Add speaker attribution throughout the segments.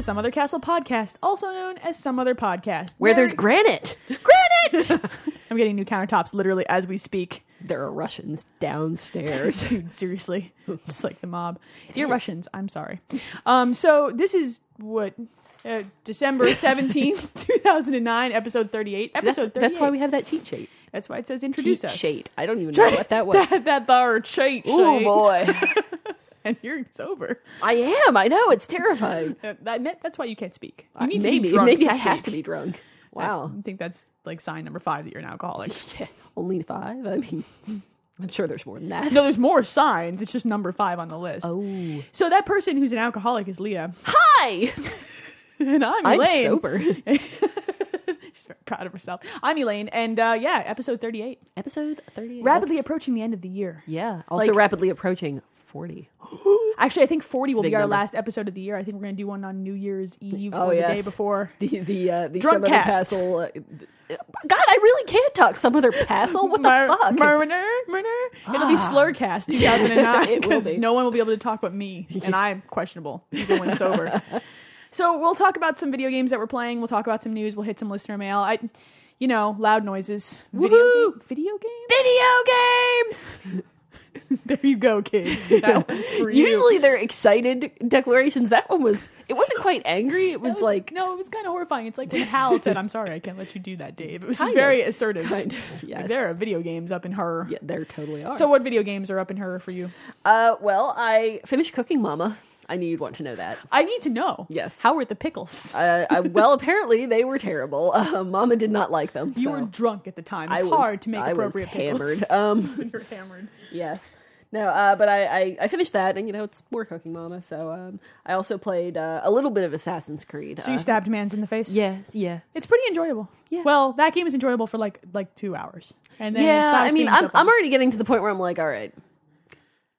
Speaker 1: Some Other Castle podcast, also known as Some Other Podcast.
Speaker 2: Where there's granite.
Speaker 1: granite! I'm getting new countertops literally as we speak.
Speaker 2: There are Russians downstairs.
Speaker 1: Dude, seriously. It's like the mob. Dear Russians, I'm sorry. Um, so this is what. Uh, December 17th, 2009, episode 38.
Speaker 2: That's,
Speaker 1: episode 38.
Speaker 2: that's why we have that cheat sheet.
Speaker 1: That's why it says introduce
Speaker 2: Cheat
Speaker 1: us.
Speaker 2: sheet. I don't even know what that was.
Speaker 1: that, that thar cheat
Speaker 2: Oh
Speaker 1: sheet.
Speaker 2: boy,
Speaker 1: And you're sober.
Speaker 2: I am. I know it's terrifying.
Speaker 1: That, that meant- that's why you can't speak. You need
Speaker 2: Uh, maybe
Speaker 1: to be drunk
Speaker 2: maybe
Speaker 1: to
Speaker 2: I have to
Speaker 1: speak.
Speaker 2: be drunk. Wow,
Speaker 1: I think that's like sign number five that you're an alcoholic.
Speaker 2: Yeah, only five. I mean, I'm sure there's more than that.
Speaker 1: No, there's more signs. It's just number five on the list.
Speaker 2: Oh,
Speaker 1: So that person who's an alcoholic is Leah,
Speaker 2: hi.
Speaker 1: and I'm,
Speaker 2: I'm
Speaker 1: Elaine.
Speaker 2: sober.
Speaker 1: She's very proud of herself. I'm Elaine, and uh, yeah, episode 38.
Speaker 2: Episode thirty.
Speaker 1: Rapidly approaching the end of the year.
Speaker 2: Yeah. Also
Speaker 1: Like-
Speaker 2: rapidly approaching forty.
Speaker 1: Actually, I think 40 will
Speaker 2: big
Speaker 1: be our
Speaker 2: number.
Speaker 1: last episode of the year. I think we're going to do one on New Year's Eve
Speaker 2: Oh,
Speaker 1: or the day
Speaker 2: yes.
Speaker 1: before.
Speaker 2: The the uh, the
Speaker 1: Drunk
Speaker 2: some other
Speaker 1: cast.
Speaker 2: passel. Uh, God, I really can't talk some other passel. What the
Speaker 1: Mar-
Speaker 2: fuck? Ah.
Speaker 1: Mariner, Mariner. It'll be Slurcast 2009
Speaker 2: It will
Speaker 1: because
Speaker 2: be.
Speaker 1: no one will be able to talk but me, and I'm questionable even when sober. so we'll talk about some video games that we're playing. We'll talk about some news. We'll hit some listener mail. I, you know, loud noises. Video,
Speaker 2: Woohoo!
Speaker 1: game- video game.
Speaker 2: Video games.
Speaker 1: There you go, kids. That one's for you.
Speaker 2: Usually they're excited declarations. That one was. It wasn't quite angry.
Speaker 1: That
Speaker 2: It was like
Speaker 1: no, it was kind of horrifying. It's like when Hal said, "I'm sorry, I can't let you do that, Dave." It was just
Speaker 2: Kind of.
Speaker 1: very assertive.
Speaker 2: kind of yes.
Speaker 1: Like, there are video games up in her.
Speaker 2: Yeah, there totally are.
Speaker 1: So, what video games are up in her for you?
Speaker 2: uh, well, I finished cooking, Mama. I knew you'd want to know that.
Speaker 1: I need to know.
Speaker 2: Yes.
Speaker 1: How were the pickles?
Speaker 2: Uh, I, well, apparently they were terrible. Uh, Mama did not like them.
Speaker 1: You
Speaker 2: so
Speaker 1: were drunk at the time.
Speaker 2: I
Speaker 1: It's
Speaker 2: was-
Speaker 1: hard to make
Speaker 2: I
Speaker 1: appropriate
Speaker 2: was hammered.
Speaker 1: pickles.
Speaker 2: Um,
Speaker 1: You're hammered.
Speaker 2: yes. No, uh, but I, I, I finished that, and you know it's more cooking, Mama. So um, I also played uh, a little bit of Assassin's Creed.
Speaker 1: So
Speaker 2: uh,
Speaker 1: you stabbed mans in the face.
Speaker 2: Yes, yeah,
Speaker 1: it's pretty enjoyable.
Speaker 2: Yeah.
Speaker 1: Well, that game is enjoyable for like like two hours, and then it
Speaker 2: yeah.
Speaker 1: stops
Speaker 2: I mean,
Speaker 1: being
Speaker 2: I'm,
Speaker 1: so fun.
Speaker 2: I'm already getting to the point where I'm like, all right,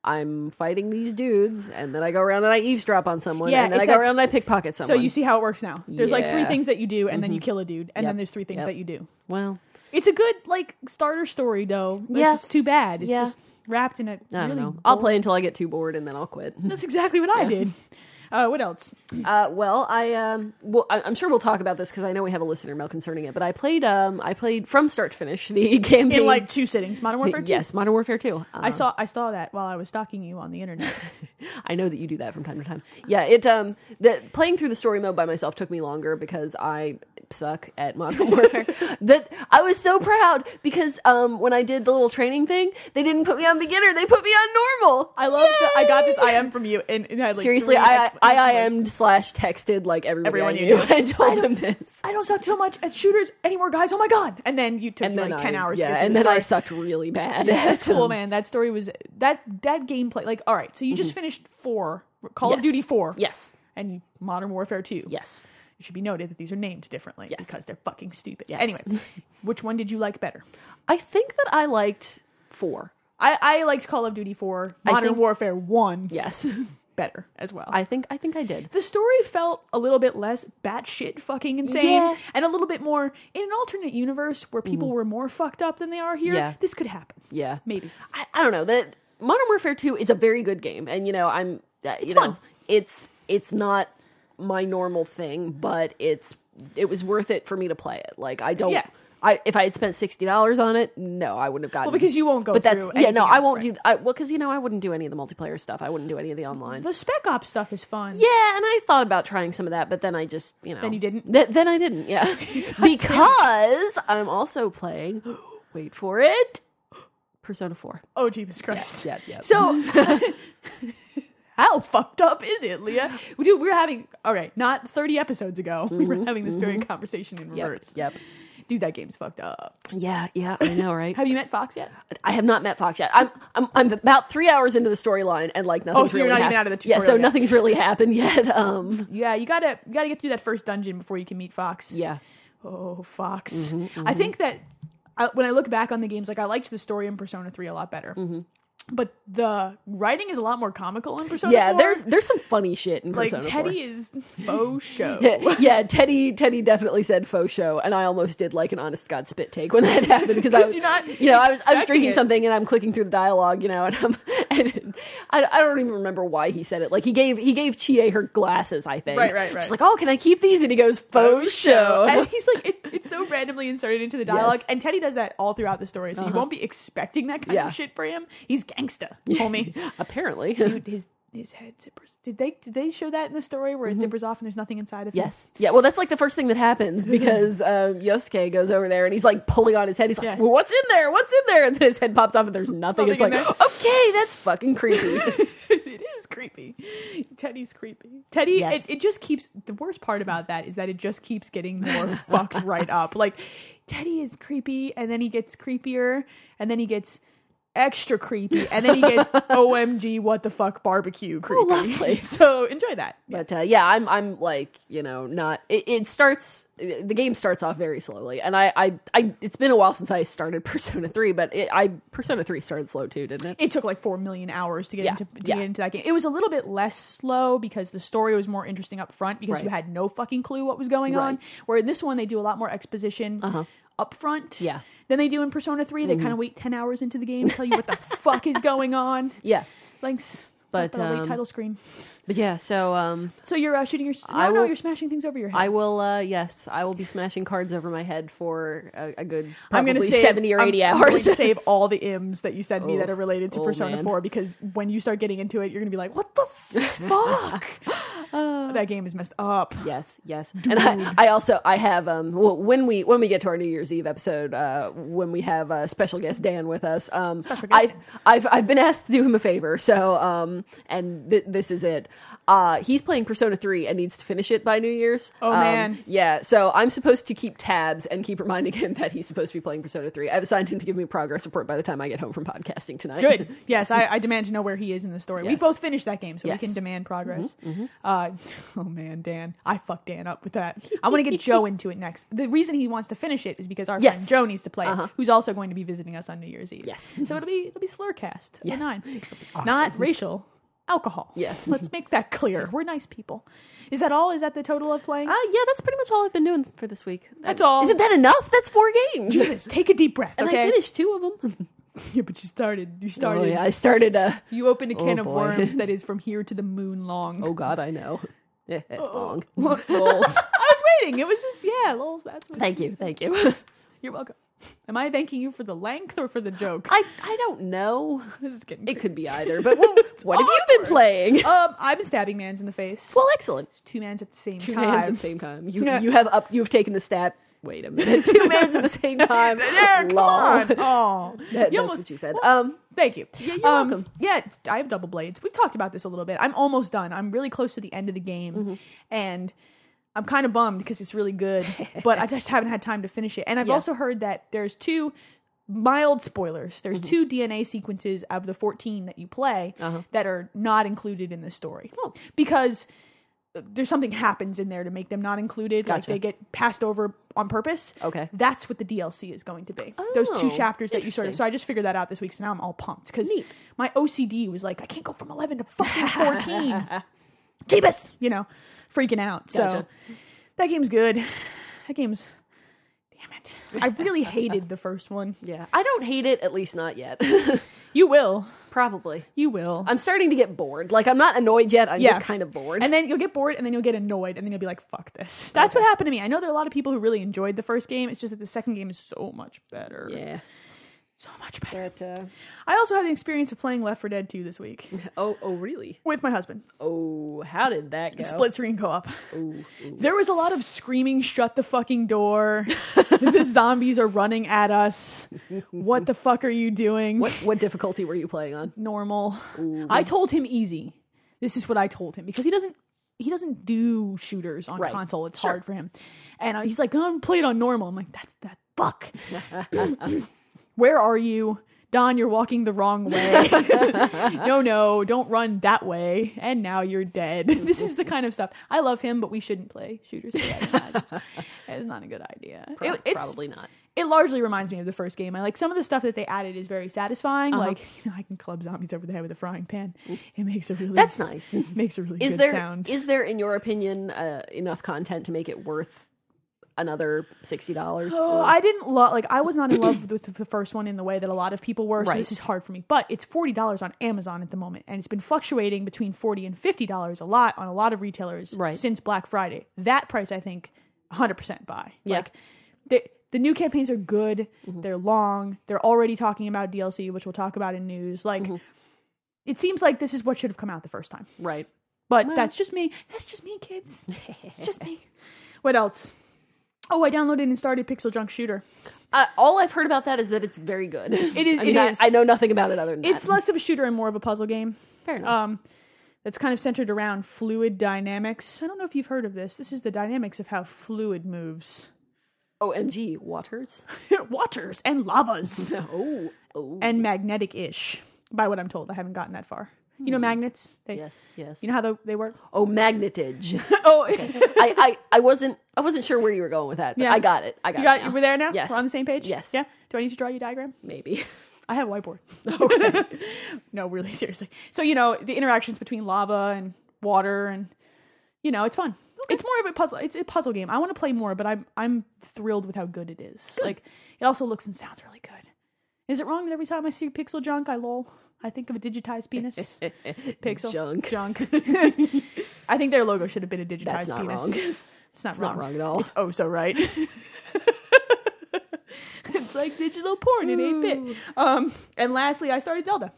Speaker 2: I'm fighting these dudes, and then I go around and I eavesdrop on someone,
Speaker 1: Yeah,
Speaker 2: and then I
Speaker 1: it's-
Speaker 2: go around and I pickpocket
Speaker 1: so
Speaker 2: someone.
Speaker 1: you see how it works now. There's like three
Speaker 2: Yeah. Mm-hmm.
Speaker 1: things that you do, and then you kill a dude, and then
Speaker 2: Yep.
Speaker 1: there's three things
Speaker 2: Yep.
Speaker 1: that you do.
Speaker 2: well,
Speaker 1: It's a good like starter story though. It's
Speaker 2: Yeah.
Speaker 1: just too bad. It's
Speaker 2: Yeah.
Speaker 1: just wrapped in a.
Speaker 2: I don't
Speaker 1: really
Speaker 2: know. I'll
Speaker 1: boring-
Speaker 2: play until I get too bored, and then I'll quit.
Speaker 1: That's exactly what I did. Uh, what else?
Speaker 2: Uh, well, I um, well, I, I'm sure we'll talk about this because I know we have a listener mail concerning it. But I played um, I played from start to finish the campaign.
Speaker 1: In like two sittings, Modern Warfare. 2.
Speaker 2: yes, Modern Warfare Two. Um,
Speaker 1: I saw I saw that while I was stalking you on the internet.
Speaker 2: I know that you do that from time to time. Yeah, it um, the playing through the story mode by myself took me longer because I suck at Modern Warfare. that I was so proud because um, when I did the little training thing, they didn't put me on beginner; they put me on normal.
Speaker 1: I love that I got this I am from you, and, and I had like
Speaker 2: Seriously,
Speaker 1: three
Speaker 2: I
Speaker 1: expla-
Speaker 2: I I am slash texted like everybody
Speaker 1: Everyone
Speaker 2: I
Speaker 1: you
Speaker 2: knew.
Speaker 1: knew.
Speaker 2: I told them this.
Speaker 1: I don't suck so much at shooters anymore, guys. Oh my god! And then you took
Speaker 2: and
Speaker 1: you,
Speaker 2: then
Speaker 1: like ten
Speaker 2: I,
Speaker 1: hours.
Speaker 2: Yeah,
Speaker 1: to get
Speaker 2: and
Speaker 1: through
Speaker 2: then
Speaker 1: the
Speaker 2: I
Speaker 1: story.
Speaker 2: sucked really bad.
Speaker 1: That's cool, man. That story was that that gameplay. Like, all right, so you just finished four Call of
Speaker 2: Mm-hmm. Yes.
Speaker 1: Duty four,
Speaker 2: Yes,
Speaker 1: and Modern Warfare two.
Speaker 2: yes.
Speaker 1: it should be noted that these are named differently
Speaker 2: Yes.
Speaker 1: because they're fucking stupid.
Speaker 2: Yes.
Speaker 1: Anyway, which one did you like better?
Speaker 2: I think that I liked four.
Speaker 1: I, I liked Call of Duty four,
Speaker 2: I
Speaker 1: Modern
Speaker 2: think-
Speaker 1: Warfare one
Speaker 2: Yes,
Speaker 1: better as well.
Speaker 2: I think I think I did.
Speaker 1: the story felt a little bit less batshit fucking insane
Speaker 2: Yeah. Mm.
Speaker 1: and a little bit more in an alternate universe where people were more fucked up than they are here.
Speaker 2: Yeah.
Speaker 1: This could happen.
Speaker 2: Yeah,
Speaker 1: Maybe.
Speaker 2: I, I don't know. That Modern Warfare Two is a very good game, and you know I'm. Uh, you know,
Speaker 1: fun.
Speaker 2: It's it's not my normal thing, but it's it was worth it for me to play it. Like I don't.
Speaker 1: Yeah.
Speaker 2: I, if I had spent sixty dollars on it, no, I wouldn't have gotten.
Speaker 1: Well, because you won't go
Speaker 2: But that's
Speaker 1: through
Speaker 2: yeah, no,
Speaker 1: anything
Speaker 2: I
Speaker 1: else,
Speaker 2: won't
Speaker 1: right?
Speaker 2: do. th- I, well, because you know, I wouldn't do any of the multiplayer stuff. I wouldn't do any of the online.
Speaker 1: The Spec Ops stuff is fun.
Speaker 2: Yeah, and I thought about trying some of that, but then I just, you know.
Speaker 1: Then you didn't?
Speaker 2: Th- then I didn't, yeah. because I'm also playing, wait for it, Persona 4.
Speaker 1: Oh, Jesus Christ.
Speaker 2: Yep, Mm-hmm. yep.
Speaker 1: So, how fucked up is it, Leah? Dude, we were having, all right, not 30 episodes ago, we were having this very conversation in
Speaker 2: Mm-hmm, Yep,
Speaker 1: reverse.
Speaker 2: yep.
Speaker 1: Dude, that game's fucked up.
Speaker 2: Yeah, yeah, I know, right?
Speaker 1: Have you met Fox yet?
Speaker 2: I have not met Fox yet. I'm, I'm, I'm about three hours into the storyline, and like nothing's
Speaker 1: Oh, so you're
Speaker 2: really
Speaker 1: not even
Speaker 2: hap-
Speaker 1: out of the
Speaker 2: Yeah,
Speaker 1: tutorial
Speaker 2: so
Speaker 1: yet.
Speaker 2: nothing's really happened yet. Um,
Speaker 1: Yeah, you gotta you gotta get through that first dungeon before you can meet Fox.
Speaker 2: yeah,
Speaker 1: Oh, Fox.
Speaker 2: Mm-hmm,
Speaker 1: uh,
Speaker 2: Mm-hmm.
Speaker 1: I think that I, when I look back on the games, like I liked the story in Persona 3 a lot better. But the writing is a lot more comical in Persona.
Speaker 2: Yeah,
Speaker 1: 4.
Speaker 2: there's there's some funny shit in
Speaker 1: like
Speaker 2: Persona 4.
Speaker 1: Teddy is faux show.
Speaker 2: Yeah, yeah, Teddy Teddy definitely said faux show, and I almost did like an honest to god spit take when that happened because I was,
Speaker 1: you're not
Speaker 2: you know, I was I was
Speaker 1: expecting
Speaker 2: drinking
Speaker 1: it.
Speaker 2: something and I'm clicking through the dialogue, you know, and I'm and I, I don't even remember why he said it. Like he gave he gave Chie her glasses, I think.
Speaker 1: Right, right, right.
Speaker 2: She's like, oh, can I keep these? And he goes faux show.
Speaker 1: And he's like, it, it's so randomly inserted into the dialogue.
Speaker 2: Yes. Uh-huh.
Speaker 1: And Teddy does that all throughout the story, so you won't be expecting that kind
Speaker 2: Yeah.
Speaker 1: of shit for him. He's gangsta, homie.
Speaker 2: Apparently,
Speaker 1: Dude, his his head zippers. Did they did they show that in the story where it zippers off and there's nothing inside of him?
Speaker 2: Mm-hmm. yes, yeah. Well, that's like the first thing that happens because um, Yosuke goes over there and he's like pulling on his head. He's like,
Speaker 1: Yeah.
Speaker 2: well, what's in there? What's in there? And then his head pops off and there's nothing.
Speaker 1: Nothing
Speaker 2: it's like,
Speaker 1: in there.
Speaker 2: okay, that's fucking creepy.
Speaker 1: it is creepy. Teddy's creepy. Teddy,
Speaker 2: Yes.
Speaker 1: it, it just keeps. The worst part about that is that it just keeps getting more fucked right up. Like, Teddy is creepy, and then he gets creepier, and then he gets extra creepy, and then he gets OMG, what the fuck, barbecue creepy.
Speaker 2: Oh, lovely.
Speaker 1: so enjoy that. Yeah.
Speaker 2: But uh, yeah, I'm I'm like you know not. It, it starts the game starts off very slowly, and I, I I it's been a while since I started Persona three, but it, I Persona three started slow too, didn't it?
Speaker 1: It took like four million hours to get
Speaker 2: Yeah,
Speaker 1: into to
Speaker 2: yeah.
Speaker 1: get into that game. It was a little bit less slow because the story was more interesting up front because you
Speaker 2: Right.
Speaker 1: had no fucking clue what was going on.
Speaker 2: Right. Uh-huh.
Speaker 1: Where in this one they do a lot more exposition up front.
Speaker 2: Yeah. Mm-hmm.
Speaker 1: Than they do in Persona Three. They kind of wait ten hours into the game to tell you what the fuck is going on.
Speaker 2: Yeah,
Speaker 1: Thanks.
Speaker 2: But,
Speaker 1: Not that I'll wait
Speaker 2: um,
Speaker 1: title screen.
Speaker 2: but yeah. So um,
Speaker 1: So you're uh, shooting your. No,
Speaker 2: I
Speaker 1: no,
Speaker 2: will-
Speaker 1: you're smashing things over your head.
Speaker 2: I will uh, yes, I will be smashing cards over my head for a, a good
Speaker 1: I'm
Speaker 2: probably
Speaker 1: going to save
Speaker 2: seventy or
Speaker 1: I'm-
Speaker 2: 80
Speaker 1: I'm, going
Speaker 2: hours.
Speaker 1: to save all the M's that you sent me that are related to
Speaker 2: oh,
Speaker 1: Persona
Speaker 2: man.
Speaker 1: 4 because when you start getting into it, you're going to be like, "What the fuck?
Speaker 2: Uh.
Speaker 1: that game is messed up."
Speaker 2: Yes, yes, and I, I also I have um well, when we when we get to our New Year's Eve episode uh when we have uh, special guest Dan with us um
Speaker 1: Special guest
Speaker 2: I've I've I've been asked to do him a favor so um and th- this is it uh he's playing Persona three and needs to finish it by New Year's
Speaker 1: Oh,
Speaker 2: Um,
Speaker 1: man.
Speaker 2: yeah so I'm supposed to keep tabs and keep reminding him that he's supposed to be playing Persona three I've assigned him to give me a progress report by the time I get home from podcasting tonight
Speaker 1: Good. Yes, I, I demand to know where he is in the story. We
Speaker 2: Yes.
Speaker 1: both finished that game, so
Speaker 2: Yes. Mm-hmm.
Speaker 1: we can demand progress. Uh, oh man, Dan, I fucked Dan up with that. I want to get Joe into it next. The reason he wants to finish it is because our
Speaker 2: Yes.
Speaker 1: friend Joe needs to play, it,
Speaker 2: Uh-huh.
Speaker 1: who's also going to be visiting us on New Year's Eve.
Speaker 2: Yes.
Speaker 1: So it'll be it'll be slurcast yeah.
Speaker 2: Yeah.
Speaker 1: nine, not racial. Alcohol.
Speaker 2: Yes.
Speaker 1: Let's make that clear. We're nice people. Is that all? Is that the total of playing?
Speaker 2: uh yeah that's pretty much all I've been doing for this week
Speaker 1: That's all.
Speaker 2: isn't that enough that's four games.
Speaker 1: Jesus, take a deep breath.
Speaker 2: And
Speaker 1: okay?
Speaker 2: I finished two of them.
Speaker 1: Yeah, but you started. You started.
Speaker 2: Oh, yeah, I started. Uh,
Speaker 1: You opened a can of
Speaker 2: boy.
Speaker 1: worms that is from here to the moon long.
Speaker 2: oh God, I know. Eh, eh, Long.
Speaker 1: Lols. I was waiting. It was just yeah, lols. That's what
Speaker 2: Thank you, thank you.
Speaker 1: You're welcome. Am I thanking you for the length or for the joke?
Speaker 2: I I don't know.
Speaker 1: this is getting.
Speaker 2: It
Speaker 1: creepy.
Speaker 2: could be either. But what, what have you been
Speaker 1: awkward.
Speaker 2: playing?
Speaker 1: Um, I've been stabbing mans in the face.
Speaker 2: Well, excellent.
Speaker 1: two mans at the same
Speaker 2: Two
Speaker 1: time.
Speaker 2: hands at the same time. You
Speaker 1: Yeah.
Speaker 2: you have up. You have taken the stat. Wait a minute. Two hands at the same time.
Speaker 1: There, come
Speaker 2: Lol.
Speaker 1: on.
Speaker 2: That-
Speaker 1: Oh,
Speaker 2: that's
Speaker 1: you
Speaker 2: what
Speaker 1: almost.
Speaker 2: you said.
Speaker 1: well,
Speaker 2: um,
Speaker 1: Thank you.
Speaker 2: Yeah, you're
Speaker 1: Um,
Speaker 2: welcome.
Speaker 1: Yeah, I have double blades. We've talked about this a little bit. I'm almost done. I'm really close to the end of the game,
Speaker 2: Mm-hmm.
Speaker 1: and I'm kind of bummed because it's really good, but I just haven't had time to finish it. And I've
Speaker 2: Yeah.
Speaker 1: also heard that there's two mild spoilers. There's
Speaker 2: Mm-hmm.
Speaker 1: two DNA sequences of the 14 that you play that are not included in the story
Speaker 2: Uh-huh. Oh.
Speaker 1: because uh, there's something happens in there to make them not included like
Speaker 2: Gotcha.
Speaker 1: they get passed over on purpose
Speaker 2: Okay.
Speaker 1: that's what the dlc is going to be those two
Speaker 2: Oh,
Speaker 1: chapters that you sort of
Speaker 2: interesting.
Speaker 1: so I just figured that out this week, so now I'm all pumped because
Speaker 2: Neat.
Speaker 1: my OCD was like, I can't go from 11 to fucking 14. Jeebus! You know, freaking out.
Speaker 2: Gotcha.
Speaker 1: So that game's good. That game's. Damn it. I really hated the first one.
Speaker 2: yeah, I don't hate it. At least not yet.
Speaker 1: You will.
Speaker 2: Probably.
Speaker 1: You will.
Speaker 2: I'm starting to get bored. Like I'm not annoyed yet. I'm
Speaker 1: Yeah.
Speaker 2: just kind of bored.
Speaker 1: and then you'll get bored and then you'll get annoyed and then you'll be like, fuck this. That's what happened to me. I know there are a lot of people who really enjoyed the first game. It's just that the second game is so much better.
Speaker 2: yeah.
Speaker 1: So much better.
Speaker 2: But uh,
Speaker 1: I also had the experience of playing Left 4 Dead 2 this week
Speaker 2: oh oh really?
Speaker 1: with my husband.
Speaker 2: Oh, how did that go?
Speaker 1: split screen co-op. There was a lot of screaming, "Shut the fucking door!" the zombies are running at us. What the fuck are you doing?
Speaker 2: What what difficulty were you playing on?
Speaker 1: normal? I told him easy. This is what I told him because he doesn't he doesn't do shooters on
Speaker 2: Right.
Speaker 1: console. It's
Speaker 2: Sure.
Speaker 1: hard for him, and uh, he's like, "I'm play it on normal." I'm like, "That's that fuck." Where are you? Don, you're walking the wrong way. no, no, don't run that way. And now you're dead. this is the kind of stuff. I love him, but we shouldn't play shooters together. it's not a good idea.
Speaker 2: Pro-
Speaker 1: It- it's,
Speaker 2: probably not.
Speaker 1: it largely reminds me of the first game. I like some of the stuff that they added is very satisfying.
Speaker 2: Uh-huh.
Speaker 1: Like you know, I can club zombies over the head with a frying pan. It makes a really
Speaker 2: That's nice.
Speaker 1: makes a really
Speaker 2: Is
Speaker 1: good
Speaker 2: there is
Speaker 1: sound.
Speaker 2: there in your opinion uh, enough content to make it worth another sixty dollars?
Speaker 1: Oh, I didn't love like I was not in love with the first one in the way that a lot of people were. So
Speaker 2: Right.
Speaker 1: this is hard for me. But it's forty dollars on Amazon at the moment, and it's been fluctuating between forty and fifty dollars a lot on a lot of retailers
Speaker 2: Right.
Speaker 1: since Black Friday. That price, I think, hundred percent buy.
Speaker 2: Yeah. Mm-hmm.
Speaker 1: Like the the new campaigns are good. They're long. They're already talking about DLC, which we'll talk about in news. Like.
Speaker 2: Mm-hmm.
Speaker 1: It seems like this is what should have come out the first time.
Speaker 2: right.
Speaker 1: But that's just me. That's just me, kids. It's just me. What else? Oh, I downloaded and started Pixel Junk Shooter.
Speaker 2: Uh, all I've heard about that is that it's very good. It
Speaker 1: is-
Speaker 2: I mean,
Speaker 1: it
Speaker 2: I,
Speaker 1: is.
Speaker 2: I know nothing about it other than
Speaker 1: It's
Speaker 2: that.
Speaker 1: less of a shooter and more of a puzzle game.
Speaker 2: Fair enough.
Speaker 1: Um, that's kind of centered around fluid dynamics. I don't know if you've heard of this. This is the dynamics of how fluid moves, uh,
Speaker 2: OMG, waters.
Speaker 1: waters and lavas,
Speaker 2: Oh, oh.
Speaker 1: and magnetic ish. By what I'm told, I haven't gotten that far. You know magnets? They,
Speaker 2: Hmm. yes, yes.
Speaker 1: You know how the, they work?
Speaker 2: oh, magnetage.
Speaker 1: Oh,
Speaker 2: I, I, I wasn't, I wasn't sure where you were going with that. But
Speaker 1: Yeah.
Speaker 2: I got it. I got,
Speaker 1: you got
Speaker 2: it.
Speaker 1: you
Speaker 2: now.
Speaker 1: were there now.
Speaker 2: Yes.
Speaker 1: we're on the same page.
Speaker 2: Yes.
Speaker 1: Yeah. Do I need to draw you a diagram?
Speaker 2: Maybe.
Speaker 1: I have a whiteboard. no, really, seriously. So you know the interactions between lava and water, and you know it's fun. It's more of a puzzle. It's a puzzle game. I want to play more, but I'm I'm thrilled with how good it is. Like it also looks and sounds really good. Is it wrong that every time I see pixel junk, I lol? I think of a digitized penis. pixel
Speaker 2: Junk.
Speaker 1: Junk. I think their logo should have been a digitized
Speaker 2: That's not
Speaker 1: penis.
Speaker 2: wrong.
Speaker 1: It's not
Speaker 2: It's
Speaker 1: wrong.
Speaker 2: not wrong at all.
Speaker 1: It's oh so right. it's like digital porn in
Speaker 2: Hmm.
Speaker 1: 8 bit. Um, and lastly, I started Zelda.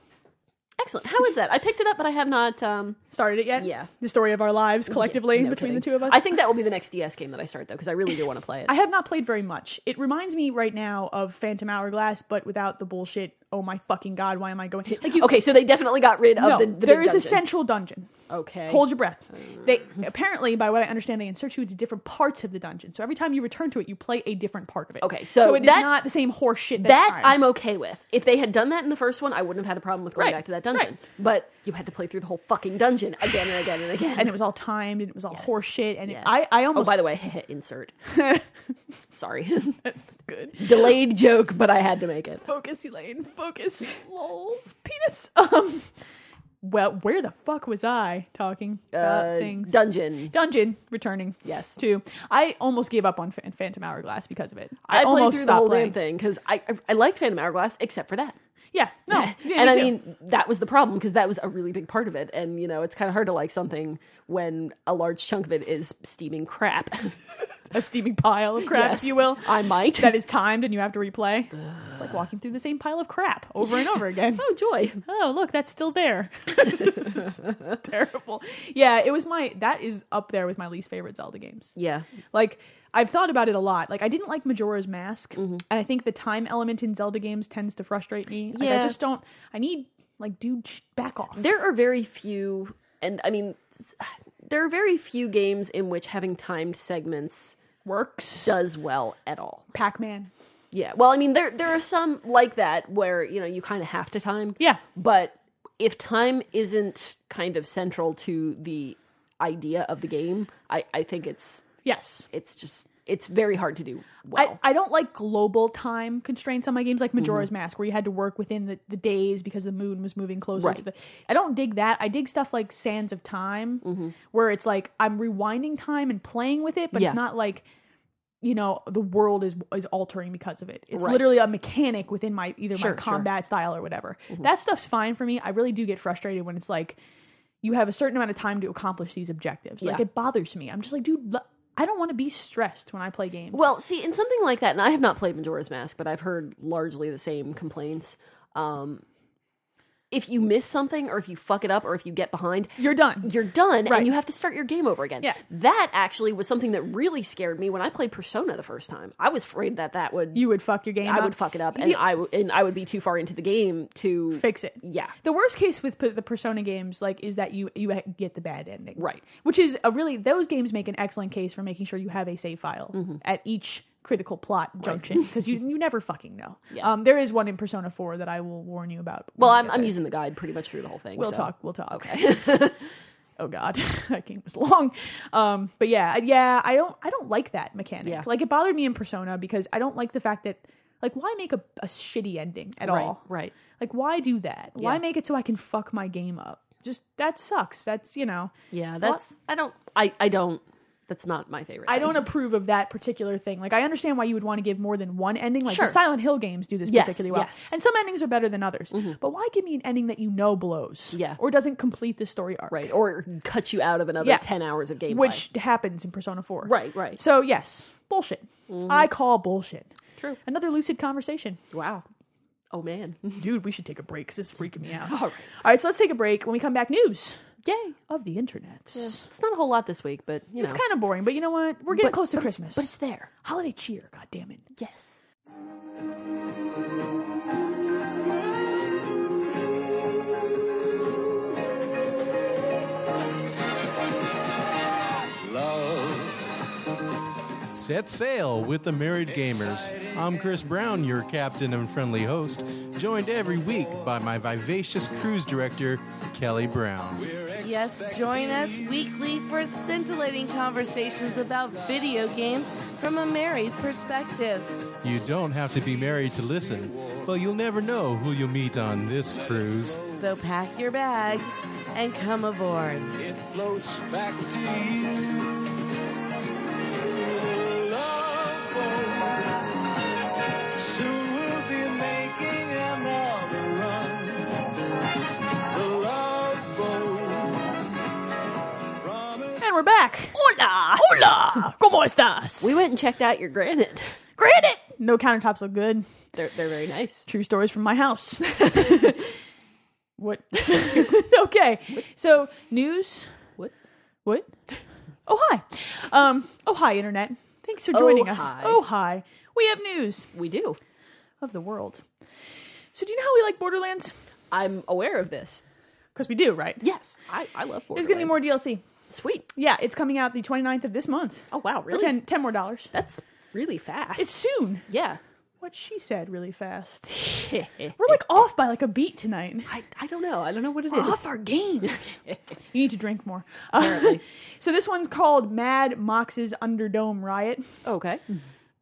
Speaker 2: Excellent. How is that? I picked it up, but I have not. Um,
Speaker 1: Started it yet?
Speaker 2: Yeah.
Speaker 1: The story of our lives collectively
Speaker 2: no
Speaker 1: between the
Speaker 2: kidding.
Speaker 1: two of us.
Speaker 2: I think that will be the next DS game that I start though, because I really do want to play it.
Speaker 1: I have not played very much. It reminds me right now of Phantom Hourglass, but without the bullshit. Oh my fucking god! Why am I going? Like you,
Speaker 2: okay, so they definitely got rid of
Speaker 1: no,
Speaker 2: the. the
Speaker 1: there
Speaker 2: big
Speaker 1: is a
Speaker 2: dungeon.
Speaker 1: central dungeon.
Speaker 2: Okay. Uh,
Speaker 1: Hold your breath. They apparently, by what I understand, they insert you into different parts of the dungeon. So every time you return to it, you play a different part of it.
Speaker 2: Okay, so
Speaker 1: it is
Speaker 2: that-
Speaker 1: not the same horse shit.
Speaker 2: that
Speaker 1: times.
Speaker 2: I'm okay with. If they had done that in the first one, I wouldn't have had a problem with going
Speaker 1: Right,
Speaker 2: back to that dungeon. But you had to play through the whole fucking dungeon again and again and again.
Speaker 1: and it was all timed and it was all horse shit and it,
Speaker 2: Yes.
Speaker 1: I, I
Speaker 2: oh,
Speaker 1: almost
Speaker 2: by the way, insert. Sorry,
Speaker 1: good
Speaker 2: delayed joke, but I had to make it.
Speaker 1: focus Elaine focus lols penis um well where the fuck was I talking about
Speaker 2: Uh,
Speaker 1: things
Speaker 2: dungeon.
Speaker 1: dungeon returning
Speaker 2: Yes.
Speaker 1: to I almost gave up on Phan- Phantom Hourglass because of it
Speaker 2: I,
Speaker 1: I,
Speaker 2: played
Speaker 1: almost
Speaker 2: through the
Speaker 1: stopped
Speaker 2: whole
Speaker 1: playing
Speaker 2: damn thing because I, I I liked Phantom Hourglass except for that.
Speaker 1: yeah no yeah, me
Speaker 2: and I
Speaker 1: too.
Speaker 2: mean that was the problem because that was a really big part of it, and you know it's kind of hard to like something when a large chunk of it is steaming crap.
Speaker 1: a steaming pile of crap
Speaker 2: Yes,
Speaker 1: if you will
Speaker 2: I might.
Speaker 1: that is timed and you have to replay it's like walking through the same pile of crap over and over again
Speaker 2: oh joy!
Speaker 1: oh look that's still there terrible yeah it was my that is up there with my least favorite zelda games
Speaker 2: Yeah,
Speaker 1: like i've thought about it a lot like i didn't like majora's mask and i think the time element in zelda games tends to frustrate me like i
Speaker 2: Yeah.
Speaker 1: just don't i need like dude sh- back off
Speaker 2: there are very few, and I mean s- there are very few games in which having timed segments
Speaker 1: works
Speaker 2: does well at all.
Speaker 1: pac-man
Speaker 2: Yeah. Well, I mean there there are some like that where you know you kind of have to time.
Speaker 1: yeah
Speaker 2: But if time isn't kind of central to the idea of the game, I, I think it's
Speaker 1: yes
Speaker 2: it's just it's very hard to do
Speaker 1: I,
Speaker 2: well.
Speaker 1: I don't like global time constraints on my games like
Speaker 2: Mm-hmm.
Speaker 1: Majora's Mask, where you had to work within the, the days because the moon was moving closer to
Speaker 2: Right.
Speaker 1: the. I don't dig that. I dig stuff like Sands of Time,
Speaker 2: Mm-hmm.
Speaker 1: where it's like I'm rewinding time and playing with it, but
Speaker 2: Yeah.
Speaker 1: it's not like, you know, the world is is altering because of it. It's
Speaker 2: Right.
Speaker 1: literally a mechanic within my either
Speaker 2: Sure, Mm-hmm.
Speaker 1: my
Speaker 2: sure.
Speaker 1: combat style or whatever. That stuff's fine for me. I really do get frustrated when it's like you have a certain amount of time to accomplish these objectives. Like
Speaker 2: Yeah.
Speaker 1: it bothers me. I'm just like, dude. l- I don't want to be stressed when I play games.
Speaker 2: well, see, in something like that, and I have not played Majora's Mask, but I've heard largely the same complaints. Um, if you miss something, or if you fuck it up, or if you get behind,
Speaker 1: you're done.
Speaker 2: you're done,
Speaker 1: Right.
Speaker 2: and you have to start your game over again.
Speaker 1: Yeah.
Speaker 2: That actually was something that really scared me when I played Persona the first time. I was afraid that that would
Speaker 1: you would fuck your game
Speaker 2: I
Speaker 1: up.
Speaker 2: would fuck it up, and I w- and I would be too far into the game to
Speaker 1: fix it.
Speaker 2: Yeah,
Speaker 1: The worst case with p- the Persona games, like, is that you you get the bad ending,
Speaker 2: Right. Mm-hmm.
Speaker 1: Which is a really those games make an excellent case for making sure you have a save file at each critical plot junction because you you never fucking know.
Speaker 2: Yeah.
Speaker 1: Um, there is one in Persona Four that I will warn you about. when
Speaker 2: Well,
Speaker 1: we
Speaker 2: I'm,
Speaker 1: get
Speaker 2: I'm
Speaker 1: there.
Speaker 2: using the guide pretty much through the whole thing.
Speaker 1: We'll
Speaker 2: so.
Speaker 1: talk. We'll talk.
Speaker 2: Okay.
Speaker 1: Oh God, that game was long. Um, but yeah, I- yeah, I don't, I don't like that mechanic.
Speaker 2: Yeah.
Speaker 1: Like it bothered me in Persona because I don't like the fact that, like, why make a, a shitty ending at
Speaker 2: right.
Speaker 1: all?
Speaker 2: Right.
Speaker 1: Like, why do that? Why
Speaker 2: Yeah.
Speaker 1: make it so I can fuck my game up? Just that sucks. That's you know,
Speaker 2: Yeah. That's. I don't. I. I don't. That's not my favorite.
Speaker 1: I
Speaker 2: thing.
Speaker 1: don't approve of that particular thing. Like, I understand why you would want to give more than one ending. Like
Speaker 2: Sure.
Speaker 1: the Silent Hill games do this
Speaker 2: Yes,
Speaker 1: particularly well,
Speaker 2: yes. Mm-hmm.
Speaker 1: and some endings are better than others. But why give me an ending that you know blows?
Speaker 2: Yeah.
Speaker 1: or doesn't complete the story arc.
Speaker 2: Right. Or cut you out of another
Speaker 1: Yeah.
Speaker 2: ten hours of gameplay.
Speaker 1: which happens in Persona 4.
Speaker 2: Right, right.
Speaker 1: So, yes, bullshit. I call bullshit.
Speaker 2: True.
Speaker 1: Another lucid conversation.
Speaker 2: Wow. Oh man.
Speaker 1: Dude, we should take a break because it's freaking me out.
Speaker 2: All right.
Speaker 1: All right, so let's take a break. When we come back, news
Speaker 2: Yay.
Speaker 1: of the internet.
Speaker 2: It's not a whole lot this week, but you know.
Speaker 1: It's kind of boring, but you know what? We're getting close to Christmas.
Speaker 2: but it's there.
Speaker 1: holiday cheer, God damn it.
Speaker 2: Yes.
Speaker 3: love.
Speaker 4: Set sail with the Married Gamers. I'm Chris Brown, your captain and friendly host, joined every week by my vivacious cruise director, Kelly Brown.
Speaker 5: Yes, join us weekly for scintillating conversations about video games from a married perspective.
Speaker 4: You don't have to be married to listen, but you'll never know who you'll meet on this cruise.
Speaker 5: So pack your bags and come aboard.
Speaker 3: It floats back to you. Love boat. Soon we'll be making another run. The love boat. From a
Speaker 1: And we're back. Hola! Hola! ¿Cómo estás?
Speaker 2: We went and checked out your granite.
Speaker 1: Granite! No countertops look good.
Speaker 2: They're they're very nice.
Speaker 1: True stories from my house. what? okay. So, news.
Speaker 2: What?
Speaker 1: What? Oh hi. Um. Oh hi, internet. Thanks for joining
Speaker 2: Oh,
Speaker 1: us.
Speaker 2: hi.
Speaker 1: Oh hi. We have news
Speaker 2: We do.
Speaker 1: of the world. So do you know how we like Borderlands?
Speaker 2: I'm aware of this.
Speaker 1: Because we do, right?
Speaker 2: Yes. I, I love
Speaker 1: There's gonna be more DLC.
Speaker 2: Sweet.
Speaker 1: Yeah, it's coming out the 29th of this month.
Speaker 2: Oh wow,
Speaker 1: For
Speaker 2: really?
Speaker 1: 10, 10 more dollars.
Speaker 2: That's really fast.
Speaker 1: It's soon.
Speaker 2: yeah.
Speaker 1: What she said really fast.
Speaker 2: I,
Speaker 1: We're like off by like a beat tonight.
Speaker 2: I don't know. I don't know what it
Speaker 1: Off
Speaker 2: is.
Speaker 1: our game. you need to drink more.
Speaker 2: Apparently.
Speaker 1: so this one's called Mad Mox's Underdome Riot.
Speaker 2: okay.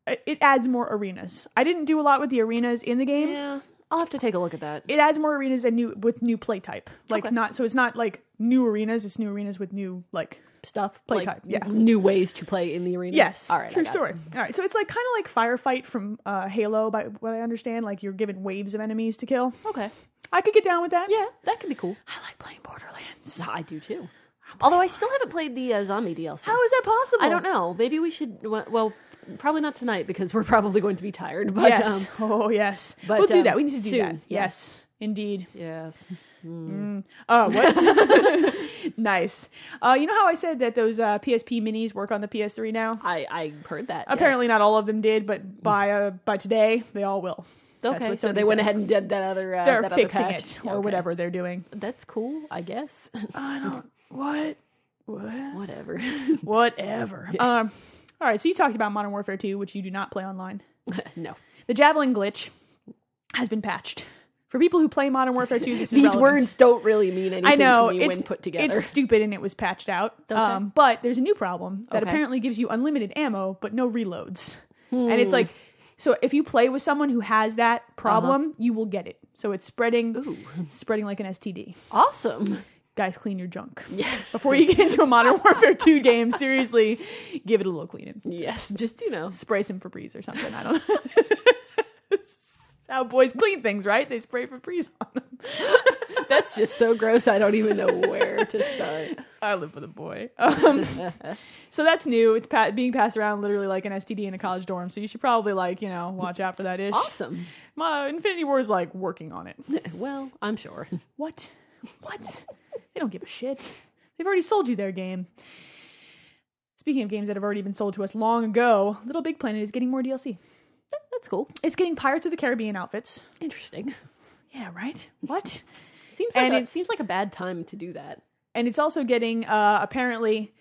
Speaker 1: It it adds more arenas. I didn't do a lot with the arenas in the game.
Speaker 2: Yeah. I'll have to take a look at that.
Speaker 1: it adds more arenas and new with new play type. Like
Speaker 2: Okay.
Speaker 1: not so it's not like new arenas, it's new arenas with new
Speaker 2: Mm.
Speaker 1: like
Speaker 2: Stuff.
Speaker 1: Play
Speaker 2: like,
Speaker 1: type, yeah.
Speaker 2: New ways to play in the arena.
Speaker 1: Yes.
Speaker 2: All right. I
Speaker 1: True
Speaker 2: got it.
Speaker 1: story. All right. So it's like kind of like firefight from uh, Halo by what I understand, like you're given waves of enemies to kill.
Speaker 2: Okay.
Speaker 1: I could get down with that.
Speaker 2: Yeah, that could be cool.
Speaker 1: I like playing Borderlands.
Speaker 2: I do too. Although I still haven't played the uh, zombie DLC.
Speaker 1: How is that possible?
Speaker 2: I don't know. Maybe we should. Well, well, probably not tonight because we're probably going to be tired. But
Speaker 1: Yes.
Speaker 2: um,
Speaker 1: oh yes.
Speaker 2: but,
Speaker 1: we'll do
Speaker 2: um,
Speaker 1: that. We need to do
Speaker 2: soon,
Speaker 1: that.
Speaker 2: yeah.
Speaker 1: Yes. Indeed.
Speaker 2: yes,
Speaker 1: Oh, what? nice. Uh, you know how I said that those uh, PSP minis work on the PS3 now?
Speaker 2: I I heard that.
Speaker 1: Apparently, not all of them did,
Speaker 2: Mm.
Speaker 1: but by uh, by today, they all will.
Speaker 2: yes.
Speaker 1: that's
Speaker 2: Okay,
Speaker 1: what
Speaker 2: so
Speaker 1: somebody
Speaker 2: they went
Speaker 1: says.
Speaker 2: ahead and did that other. Uh,
Speaker 1: They're
Speaker 2: that other
Speaker 1: fixing
Speaker 2: patch.
Speaker 1: it or
Speaker 2: Okay.
Speaker 1: whatever they're doing.
Speaker 2: That's cool, I guess.
Speaker 1: I don't. What? What?
Speaker 2: Whatever.
Speaker 1: Whatever. Um. All right. So you talked about Modern Warfare 2, which you do not play online.
Speaker 2: no,
Speaker 1: The javelin glitch has been patched. For people who play Modern Warfare 2, this is
Speaker 2: these
Speaker 1: relevant.
Speaker 2: words don't really mean anything
Speaker 1: I know
Speaker 2: to me
Speaker 1: it's
Speaker 2: when put together.
Speaker 1: It's stupid, and it was patched out. Um, but there's a new problem that
Speaker 2: Okay.
Speaker 1: apparently gives you unlimited ammo but no reloads, and
Speaker 2: Hmm.
Speaker 1: it's like so if you play with someone who has that problem,
Speaker 2: Uh-huh.
Speaker 1: you will get it. So it's spreading, spreading like an STD.
Speaker 2: awesome.
Speaker 1: Guys, clean your junk before you get into a Modern Warfare 2 game. Seriously, give it a little cleaning.
Speaker 2: Yes, just you know.
Speaker 1: Spray some Febreze or something. I don't know. How boys clean things, right? They spray Febreze on them.
Speaker 2: That's just so gross. I don't even know where to start.
Speaker 1: I live with a boy. Um, so that's new. It's pa- being passed around literally like an STD in a college dorm. So you should probably like you know watch out for that ish.
Speaker 2: Awesome.
Speaker 1: My Infinity War is like working on it.
Speaker 2: Well, I'm sure.
Speaker 1: What? What? they don't give a shit. They've already sold you their game. Speaking of games that have already been sold to us long ago, Little Big Planet is getting more DLC.
Speaker 2: That's cool.
Speaker 1: It's getting Pirates of the Caribbean outfits.
Speaker 2: Interesting.
Speaker 1: Yeah, right. What?
Speaker 2: Seems
Speaker 1: And
Speaker 2: like a,
Speaker 1: it's-
Speaker 2: seems like a bad time to do that.
Speaker 1: and it's also getting uh apparently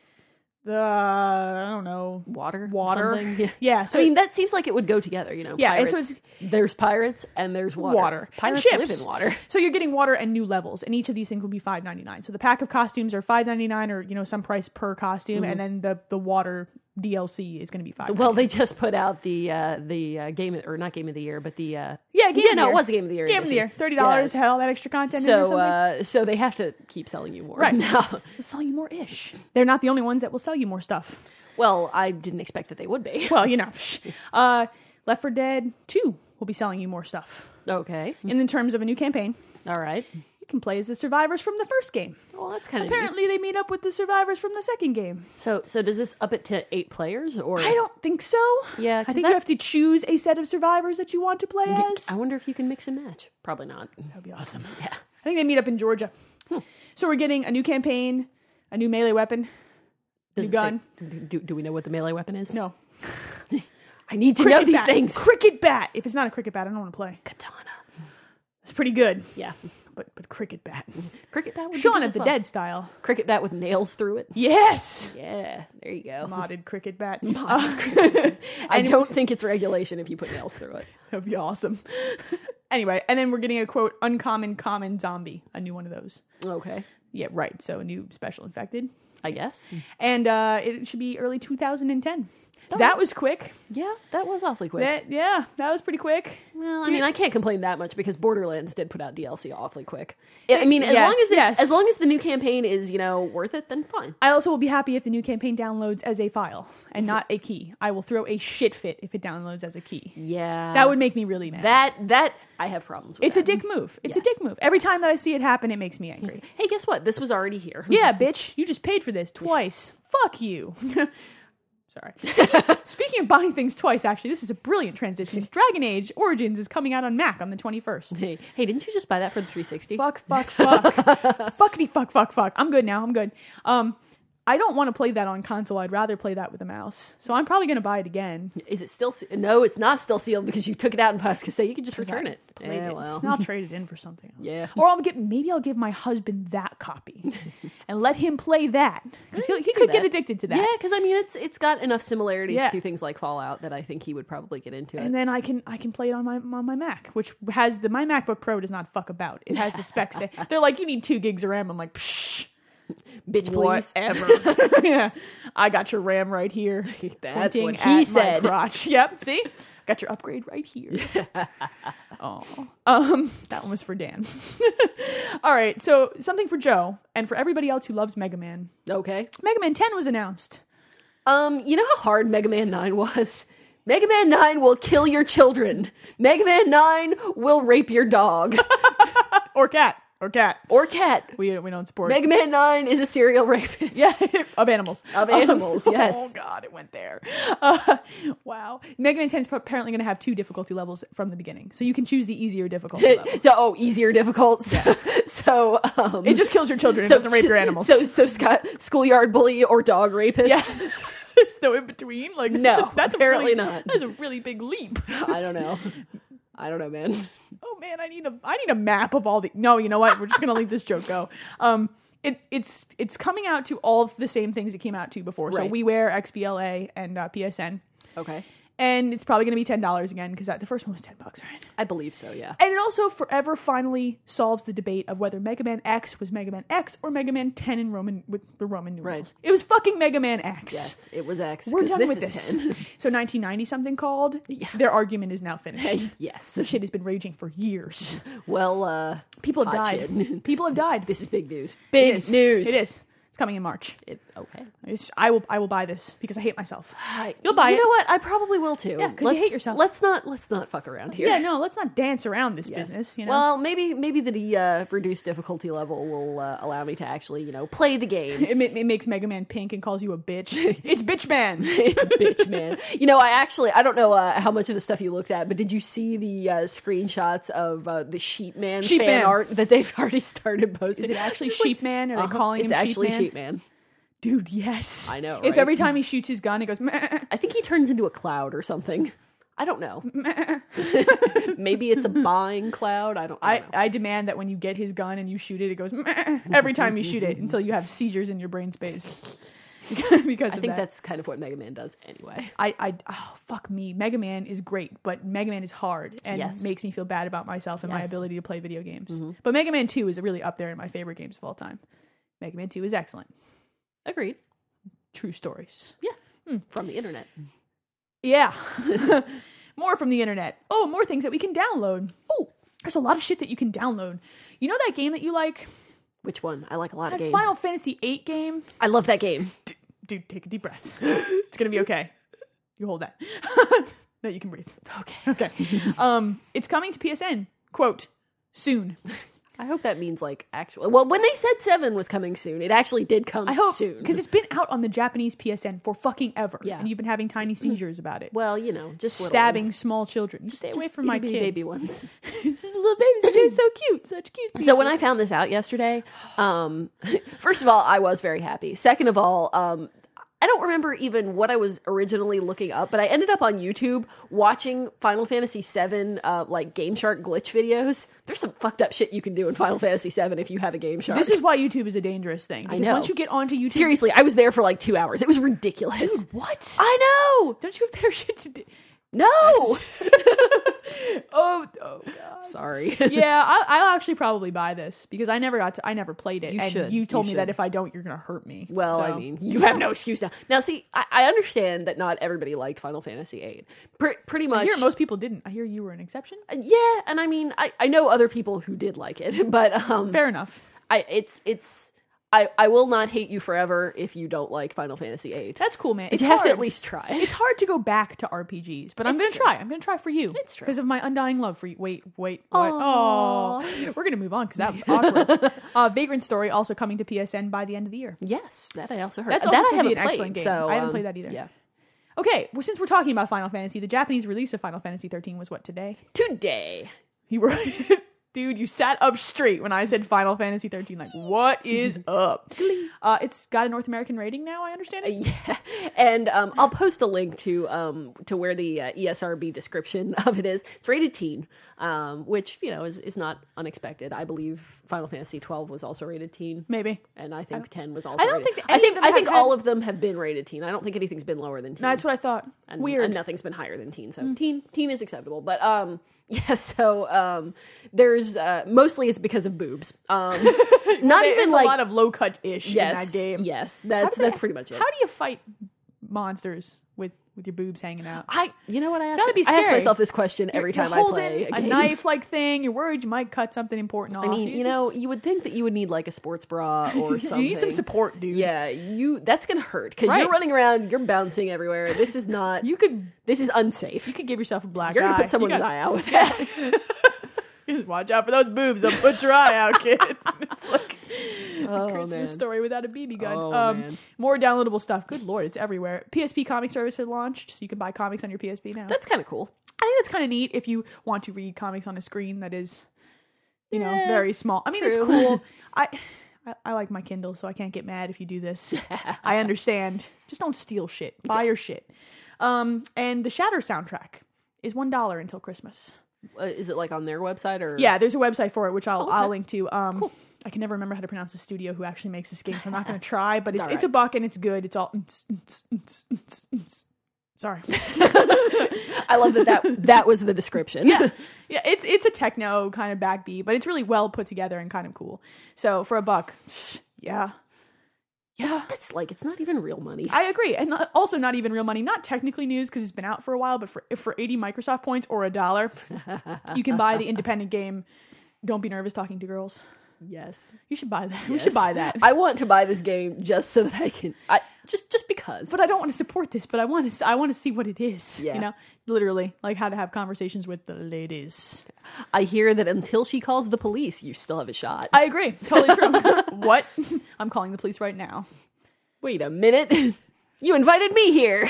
Speaker 1: the I don't know
Speaker 2: Water,
Speaker 1: water.
Speaker 2: something? Yeah.
Speaker 1: so
Speaker 2: I mean, that seems like it would go together, you know.
Speaker 1: Yeah, and
Speaker 2: pirates,
Speaker 1: so
Speaker 2: there's pirates and there's water.
Speaker 1: water. And
Speaker 2: Pirates
Speaker 1: ships.
Speaker 2: live in water.
Speaker 1: So you're getting water and new levels, and each of these things will be five ninety nine. So the pack of costumes are five ninety nine, or you know some price per costume, and then the the water DLC is going to be five.
Speaker 2: Well, they just put out the uh, the uh, game or not game of the year, but the uh,
Speaker 1: yeah, game of
Speaker 2: yeah,
Speaker 1: the
Speaker 2: no,
Speaker 1: year.
Speaker 2: it was a game of the year.
Speaker 1: Game of the
Speaker 2: edition.
Speaker 1: year, thirty dollars.
Speaker 2: Yeah.
Speaker 1: Had all that extra content. in it or
Speaker 2: So
Speaker 1: something.
Speaker 2: uh, so they have to keep selling you more
Speaker 1: Right.
Speaker 2: now.
Speaker 1: They'll sell you more ish. They're not the only ones that will sell you more stuff.
Speaker 2: Well, I didn't expect that they would be.
Speaker 1: Well, you know, uh, Left 4 Dead 2 will be selling you more stuff.
Speaker 2: Okay,
Speaker 1: And in terms of a new campaign,
Speaker 2: all right.
Speaker 1: you can play as the survivors from the first game.
Speaker 2: Well, that's kind of
Speaker 1: Apparently, they meet up with the survivors from the second game.
Speaker 2: So so does this up it to eight players or
Speaker 1: I don't think so.
Speaker 2: Yeah,
Speaker 1: I
Speaker 2: 'cause
Speaker 1: think
Speaker 2: that-
Speaker 1: you have to choose a set of survivors that you want to play as.
Speaker 2: I wonder if you can mix and match. Probably not.
Speaker 1: That'd be awesome.
Speaker 2: Yeah. Hmm.
Speaker 1: I think they meet up in Georgia. So we're getting a new campaign, a new melee weapon.
Speaker 2: Does
Speaker 1: New
Speaker 2: it say- do, do we know what the melee weapon is?
Speaker 1: No,
Speaker 2: I need to
Speaker 1: cricket
Speaker 2: know these
Speaker 1: bat.
Speaker 2: things.
Speaker 1: Cricket bat. If it's not a cricket bat, I don't want to play.
Speaker 2: Katana.
Speaker 1: It's pretty good,
Speaker 2: Yeah.
Speaker 1: but but cricket bat.
Speaker 2: Cricket bat. Would be
Speaker 1: Shaun
Speaker 2: good
Speaker 1: of
Speaker 2: as
Speaker 1: the
Speaker 2: well.
Speaker 1: Dead style.
Speaker 2: Cricket bat with nails through it.
Speaker 1: Yes.
Speaker 2: Yeah. There you go.
Speaker 1: modded cricket bat.
Speaker 2: Modded
Speaker 1: Uh,
Speaker 2: I don't think it's regulation if you put nails through it.
Speaker 1: That'd be awesome. anyway, and then we're getting a quote uncommon common zombie, a new one of those.
Speaker 2: Okay.
Speaker 1: Yeah, right. So a new special infected,
Speaker 2: I guess.
Speaker 1: and uh, it should be early 2010.
Speaker 2: Oh.
Speaker 1: That was quick.
Speaker 2: Yeah, that was awfully quick.
Speaker 1: That, yeah, that was pretty quick.
Speaker 2: well, I mean, I can't complain that much because Borderlands did put out DLC awfully quick. I I mean, as
Speaker 1: Yes,
Speaker 2: long as it's,
Speaker 1: yes.
Speaker 2: as long as the new campaign is you know worth it, then fine.
Speaker 1: I also will be happy if the new campaign downloads as a file and not a key. I will throw a shit fit if it downloads as a key.
Speaker 2: Yeah,
Speaker 1: That would make me really mad.
Speaker 2: Uh, that that I have problems with.
Speaker 1: it's a dick move. It's a
Speaker 2: Yes.
Speaker 1: dick move. Every time that I see it happen, it makes me angry.
Speaker 2: Hey, guess what? This was already here.
Speaker 1: Yeah, bitch, you just paid for this twice. Fuck you. Sorry. Speaking of buying things twice, actually, this is a brilliant transition. Dragon Age Origins is coming out on Mac on the 21st.
Speaker 2: Hey, hey, didn't you just buy that for the 360?
Speaker 1: Fuck, fuck, fuck. Fuckity, fuck, fuck, fuck. I'm good now. I'm good. Um, I don't want to play that on console. I'd rather play that with a mouse. So I'm probably going to buy it again.
Speaker 2: Is it still? Se- no, it's not still sealed because you took it out and passed. Because say you could just return it.
Speaker 1: Played
Speaker 2: Eh,
Speaker 1: it.
Speaker 2: well.
Speaker 1: And I'll trade it in for something else.
Speaker 2: Yeah.
Speaker 1: Or I'll get maybe I'll give my husband that copy and let him play that because he
Speaker 2: do
Speaker 1: could get
Speaker 2: that.
Speaker 1: addicted to that.
Speaker 2: Yeah, because I mean, it's it's got enough similarities
Speaker 1: Yeah.
Speaker 2: to things like Fallout that I think he would probably get into it.
Speaker 1: and then I can I can play it on my on my Mac, which has the my MacBook Pro does not fuck about. It has the specs. That, they're like, you need two gigs of RAM. I'm like, Psh,
Speaker 2: Bitch, please.
Speaker 1: whatever. yeah, I got your RAM right here.
Speaker 2: That's
Speaker 1: pointing
Speaker 2: what
Speaker 1: at
Speaker 2: he
Speaker 1: my
Speaker 2: said.
Speaker 1: crotch. Yep. See, got your upgrade right here. oh, um, that one was for Dan. All right, so something for Joe and for everybody else who loves Mega Man.
Speaker 2: Okay.
Speaker 1: Mega Man 10 was announced.
Speaker 2: Um, you know how hard Mega Man 9 was? Mega Man 9 will kill your children. Mega Man 9 will rape your dog
Speaker 1: Or cat. Or cat.
Speaker 2: or cat.
Speaker 1: We we don't support.
Speaker 2: Mega Man 9 is a serial rapist.
Speaker 1: Yeah, of animals.
Speaker 2: Of animals, yes.
Speaker 1: Oh God, it went there. Uh, wow. Mega Man 10 is apparently going to have two difficulty levels from the beginning, so you can choose the easier difficulty level.
Speaker 2: so, oh, easier difficult. so, um,
Speaker 1: It just kills your children. It doesn't rape your animals.
Speaker 2: So, so Scott, schoolyard bully or dog rapist.
Speaker 1: yeah. There's no in between. Like
Speaker 2: No,
Speaker 1: that's, a, that's
Speaker 2: apparently
Speaker 1: a really,
Speaker 2: not.
Speaker 1: That's a really big leap.
Speaker 2: I don't know. I don't know, man.
Speaker 1: oh man, I need a I need a map of all the. No, you know what? We're just gonna leave this joke go. Um, it it's it's coming out to all of the same things it came out to before. So
Speaker 2: Right.
Speaker 1: WiiWare, XBLA, and uh, PSN,
Speaker 2: Okay.
Speaker 1: and it's probably gonna be ten dollars again because that the first one was ten bucks, right?
Speaker 2: I believe so, yeah.
Speaker 1: And it also forever finally solves the debate of whether Mega Man X was Mega Man X or Mega Man 10 in Roman with the Roman numerals.
Speaker 2: Right.
Speaker 1: It was fucking Mega Man X.
Speaker 2: Yes, it was X.
Speaker 1: We're
Speaker 2: 'cause
Speaker 1: done
Speaker 2: this
Speaker 1: with
Speaker 2: is
Speaker 1: this.
Speaker 2: 10.
Speaker 1: so 1990 something called. Their argument is now finished.
Speaker 2: yes.
Speaker 1: Shit has been raging for years.
Speaker 2: Well, uh,
Speaker 1: People have
Speaker 2: hot
Speaker 1: died.
Speaker 2: shit.
Speaker 1: People have died.
Speaker 2: This is big news.
Speaker 1: It
Speaker 2: Big
Speaker 1: is.
Speaker 2: news.
Speaker 1: It is. It's coming in March.
Speaker 2: It- okay.
Speaker 1: It's- I will. I will buy this because I hate myself. You'll buy
Speaker 2: you
Speaker 1: it.
Speaker 2: know what? I probably will too.
Speaker 1: Yeah, 'cause you
Speaker 2: Let's-
Speaker 1: hate yourself.
Speaker 2: Let's not let's not fuck around here.
Speaker 1: Yeah. No. Let's not dance around this
Speaker 2: Yes.
Speaker 1: business. You know.
Speaker 2: Well, maybe maybe the uh, reduced difficulty level will uh, allow me to actually you know play the game.
Speaker 1: it, ma- it makes Mega Man pink and calls you a bitch. it's bitch man.
Speaker 2: it's bitch man. You know, I actually I don't know uh, how much of the stuff you looked at, but did you see the uh, screenshots of uh, the sheep man
Speaker 1: Sheep
Speaker 2: fan
Speaker 1: Man.
Speaker 2: art that they've already started posting?
Speaker 1: Is it actually
Speaker 2: Just like,
Speaker 1: sheep man? Are they
Speaker 2: uh-huh,
Speaker 1: calling
Speaker 2: it's
Speaker 1: him
Speaker 2: actually
Speaker 1: sheep man?
Speaker 2: man.
Speaker 1: Dude, yes.
Speaker 2: I know,
Speaker 1: If
Speaker 2: right?
Speaker 1: every time he shoots his gun, he goes, Meh.
Speaker 2: I think he turns into a cloud or something. I don't know. maybe it's a buying cloud. I don't. I,
Speaker 1: I,
Speaker 2: don't know.
Speaker 1: I demand that when you get his gun and you shoot it, it goes Meh, every time you shoot it until you have seizures in your brain space. because
Speaker 2: I
Speaker 1: of
Speaker 2: think
Speaker 1: that.
Speaker 2: that's kind of what Mega Man does anyway.
Speaker 1: I, I oh fuck me. Mega Man is great, but Mega Man is hard and
Speaker 2: Yes.
Speaker 1: makes me feel bad about myself and my
Speaker 2: Yes. Mm-hmm.
Speaker 1: ability to play video games. But Mega Man Two is really up there in my favorite games of all time. Mega Man Two is excellent.
Speaker 2: Agreed.
Speaker 1: True stories.
Speaker 2: Yeah.
Speaker 1: Hmm.
Speaker 2: From the internet.
Speaker 1: Yeah. more from the internet. Oh, more things that we can download. Oh, there's a lot of shit that you can download. You know that game that you like?
Speaker 2: Which one? I like a lot
Speaker 1: That
Speaker 2: of games.
Speaker 1: Final Fantasy VIII game?
Speaker 2: I love that game.
Speaker 1: Dude, take a deep breath. it's gonna be okay. You hold that. that you can breathe. Okay. Okay. um, it's coming to PSN. Quote soon.
Speaker 2: I hope that means like actual. Well, when they said seven was coming soon, it actually did come
Speaker 1: I hope
Speaker 2: soon.
Speaker 1: because it's been out on the Japanese PSN for fucking ever.
Speaker 2: Yeah.
Speaker 1: and you've been having tiny seizures about it.
Speaker 2: well, you know, just little
Speaker 1: stabbing
Speaker 2: ones.
Speaker 1: small children. Just stay away
Speaker 2: Just
Speaker 1: from my
Speaker 2: itty
Speaker 1: kid.
Speaker 2: bitty baby ones.
Speaker 1: These little babies, they're so cute, such cute.
Speaker 2: So when I found this out yesterday, um, first of all, I was very happy. Second of all, um, I don't remember even what I was originally looking up, but I ended up on YouTube watching Final Fantasy VII, uh, like Game Shark glitch videos. There's some fucked up shit you can do in Final Fantasy VII if you have a Game Shark.
Speaker 1: This is why YouTube is a dangerous thing. Because
Speaker 2: know.
Speaker 1: once you get onto YouTube,
Speaker 2: seriously, I was there for like two hours. It was ridiculous.
Speaker 1: Dude, what?
Speaker 2: I know.
Speaker 1: Don't you have better shit to do?
Speaker 2: No.
Speaker 1: Oh, oh God.
Speaker 2: Sorry.
Speaker 1: yeah. I'll, I'll actually probably buy this because I never got to. I never played it.
Speaker 2: You
Speaker 1: and
Speaker 2: should,
Speaker 1: You told
Speaker 2: you
Speaker 1: me that
Speaker 2: should.
Speaker 1: if I don't, you're gonna hurt me.
Speaker 2: Well, I
Speaker 1: So-
Speaker 2: mean, you have no excuse now. Now, see, I, I understand that not everybody liked Final Fantasy VIII. Pr- pretty much,
Speaker 1: I hear most people didn't. I hear you were an exception.
Speaker 2: yeah. And I mean, I, I know other people who did like it, but um,
Speaker 1: Fair enough.
Speaker 2: I it's it's I I will not hate you forever if you don't like Final Fantasy VIII.
Speaker 1: That's cool, man.
Speaker 2: But
Speaker 1: It's
Speaker 2: you have to
Speaker 1: hard.
Speaker 2: at least try.
Speaker 1: It's hard to go back to RPGs, but I'm
Speaker 2: It's
Speaker 1: going to
Speaker 2: true.
Speaker 1: try. I'm going to try for you.
Speaker 2: It's true.
Speaker 1: Because of my undying love for you. Wait, wait, what? Oh, we're going to move on because that was awkward. uh, Vagrant Story also coming to PSN by the end of the year.
Speaker 2: yes, that I also heard.
Speaker 1: That's
Speaker 2: that
Speaker 1: also
Speaker 2: I
Speaker 1: supposed to
Speaker 2: haven't
Speaker 1: be an
Speaker 2: played.
Speaker 1: excellent game.
Speaker 2: So,
Speaker 1: I haven't
Speaker 2: um,
Speaker 1: played that either.
Speaker 2: Yeah,
Speaker 1: Okay, well, since we're talking about Final Fantasy, the Japanese release of Final Fantasy 13 was what today?
Speaker 2: today.
Speaker 1: You were. Dude, you sat up straight when I said Final Fantasy 13. Like, what is up? Uh, it's got a North American rating now, I
Speaker 2: Uh,
Speaker 1: understand. It.
Speaker 2: Yeah, and um, I'll post a link to um, to where the uh, ESRB description of it is. It's rated teen, um, which you know is, is not unexpected. I believe Final Fantasy twelve was also rated teen,
Speaker 1: Maybe.
Speaker 2: and I think ten was also.
Speaker 1: I don't
Speaker 2: rated-
Speaker 1: think that
Speaker 2: I
Speaker 1: any
Speaker 2: think
Speaker 1: of them
Speaker 2: I
Speaker 1: have
Speaker 2: think
Speaker 1: had-
Speaker 2: all of them have been rated teen. I don't think anything's been lower than teen.
Speaker 1: That's what I thought.
Speaker 2: and,
Speaker 1: Weird. Mm.
Speaker 2: and nothing's been higher than teen. So teen teen is acceptable, but um, yeah. So um, there's uh, mostly it's because of boobs. Um, not
Speaker 1: There's
Speaker 2: even
Speaker 1: a
Speaker 2: like
Speaker 1: lot of low cut ish in
Speaker 2: yes,
Speaker 1: that game.
Speaker 2: yes.
Speaker 1: How
Speaker 2: That's
Speaker 1: do they-
Speaker 2: that's pretty much it.
Speaker 1: How do you fight monsters with with your boobs hanging out?
Speaker 2: I, you know what I ask?
Speaker 1: gotta be
Speaker 2: I ask
Speaker 1: scary.
Speaker 2: myself this question every
Speaker 1: You're-
Speaker 2: time
Speaker 1: you're
Speaker 2: I play
Speaker 1: holding
Speaker 2: a, game.
Speaker 1: knife like thing. You're worried you might cut something important off.
Speaker 2: I mean,
Speaker 1: It's
Speaker 2: you know,
Speaker 1: just-
Speaker 2: you would think that you would need like a sports bra or something.
Speaker 1: you need some support, dude.
Speaker 2: Yeah, you. That's gonna hurt because
Speaker 1: Right.
Speaker 2: you're running around, you're bouncing everywhere. This is not.
Speaker 1: You could
Speaker 2: this is unsafe.
Speaker 1: you could give yourself a black
Speaker 2: You're
Speaker 1: eye.
Speaker 2: gonna put someone's
Speaker 1: you gotta-
Speaker 2: eye out with that.
Speaker 1: Just watch out for those boobs. They'll put your eye out, kid. it's like
Speaker 2: Oh
Speaker 1: Christmas
Speaker 2: man.
Speaker 1: story without a BB gun.
Speaker 2: Oh,
Speaker 1: um,
Speaker 2: man.
Speaker 1: More downloadable stuff. Good lord, it's everywhere. PSP comic service has launched, so you can buy comics on your PSP now.
Speaker 2: That's kind of cool.
Speaker 1: I think that's kind of neat if you want to read comics on a screen that is, you know,
Speaker 2: Yeah,
Speaker 1: very small. I mean, it's
Speaker 2: true.
Speaker 1: cool. I, I I like my Kindle, so I can't get mad if you do this. I understand. Just don't steal shit. Buy your shit. Um, and the Shatter soundtrack is one dollar until Christmas.
Speaker 2: Uh, is it like on their website or?
Speaker 1: Yeah, there's a website for it, which I'll I'll
Speaker 2: Oh, okay.
Speaker 1: link to. Um, I can never remember how to pronounce the studio who actually makes this game, so I'm not going to try. But it's
Speaker 2: All
Speaker 1: it's a
Speaker 2: right.
Speaker 1: buck and it's good. It's all. Sorry.
Speaker 2: I love that. That that was the description. Yeah.
Speaker 1: Yeah, it's it's a techno kind of backbeat, but it's really well put together and kind of cool. So for a buck, yeah, yeah,
Speaker 2: That's like it's not even real money.
Speaker 1: I agree. And not, also not even real money, not technically news because it's been out for a while, but for if for eighty Microsoft points or a dollar, you can buy the independent game. Don't be nervous talking to girls.
Speaker 2: yes.
Speaker 1: You should buy that. We should
Speaker 2: Yes.
Speaker 1: buy that.
Speaker 2: I want to buy this game just so that I can. I just just because.
Speaker 1: but I don't want to support this. But I want to. I want to see what it is.
Speaker 2: Yeah.
Speaker 1: You know, literally, like how to have conversations with the ladies.
Speaker 2: I hear that until she calls the police, you still have a shot.
Speaker 1: I agree. Totally true. what? I'm calling the police right now.
Speaker 2: Wait a minute. You invited me here.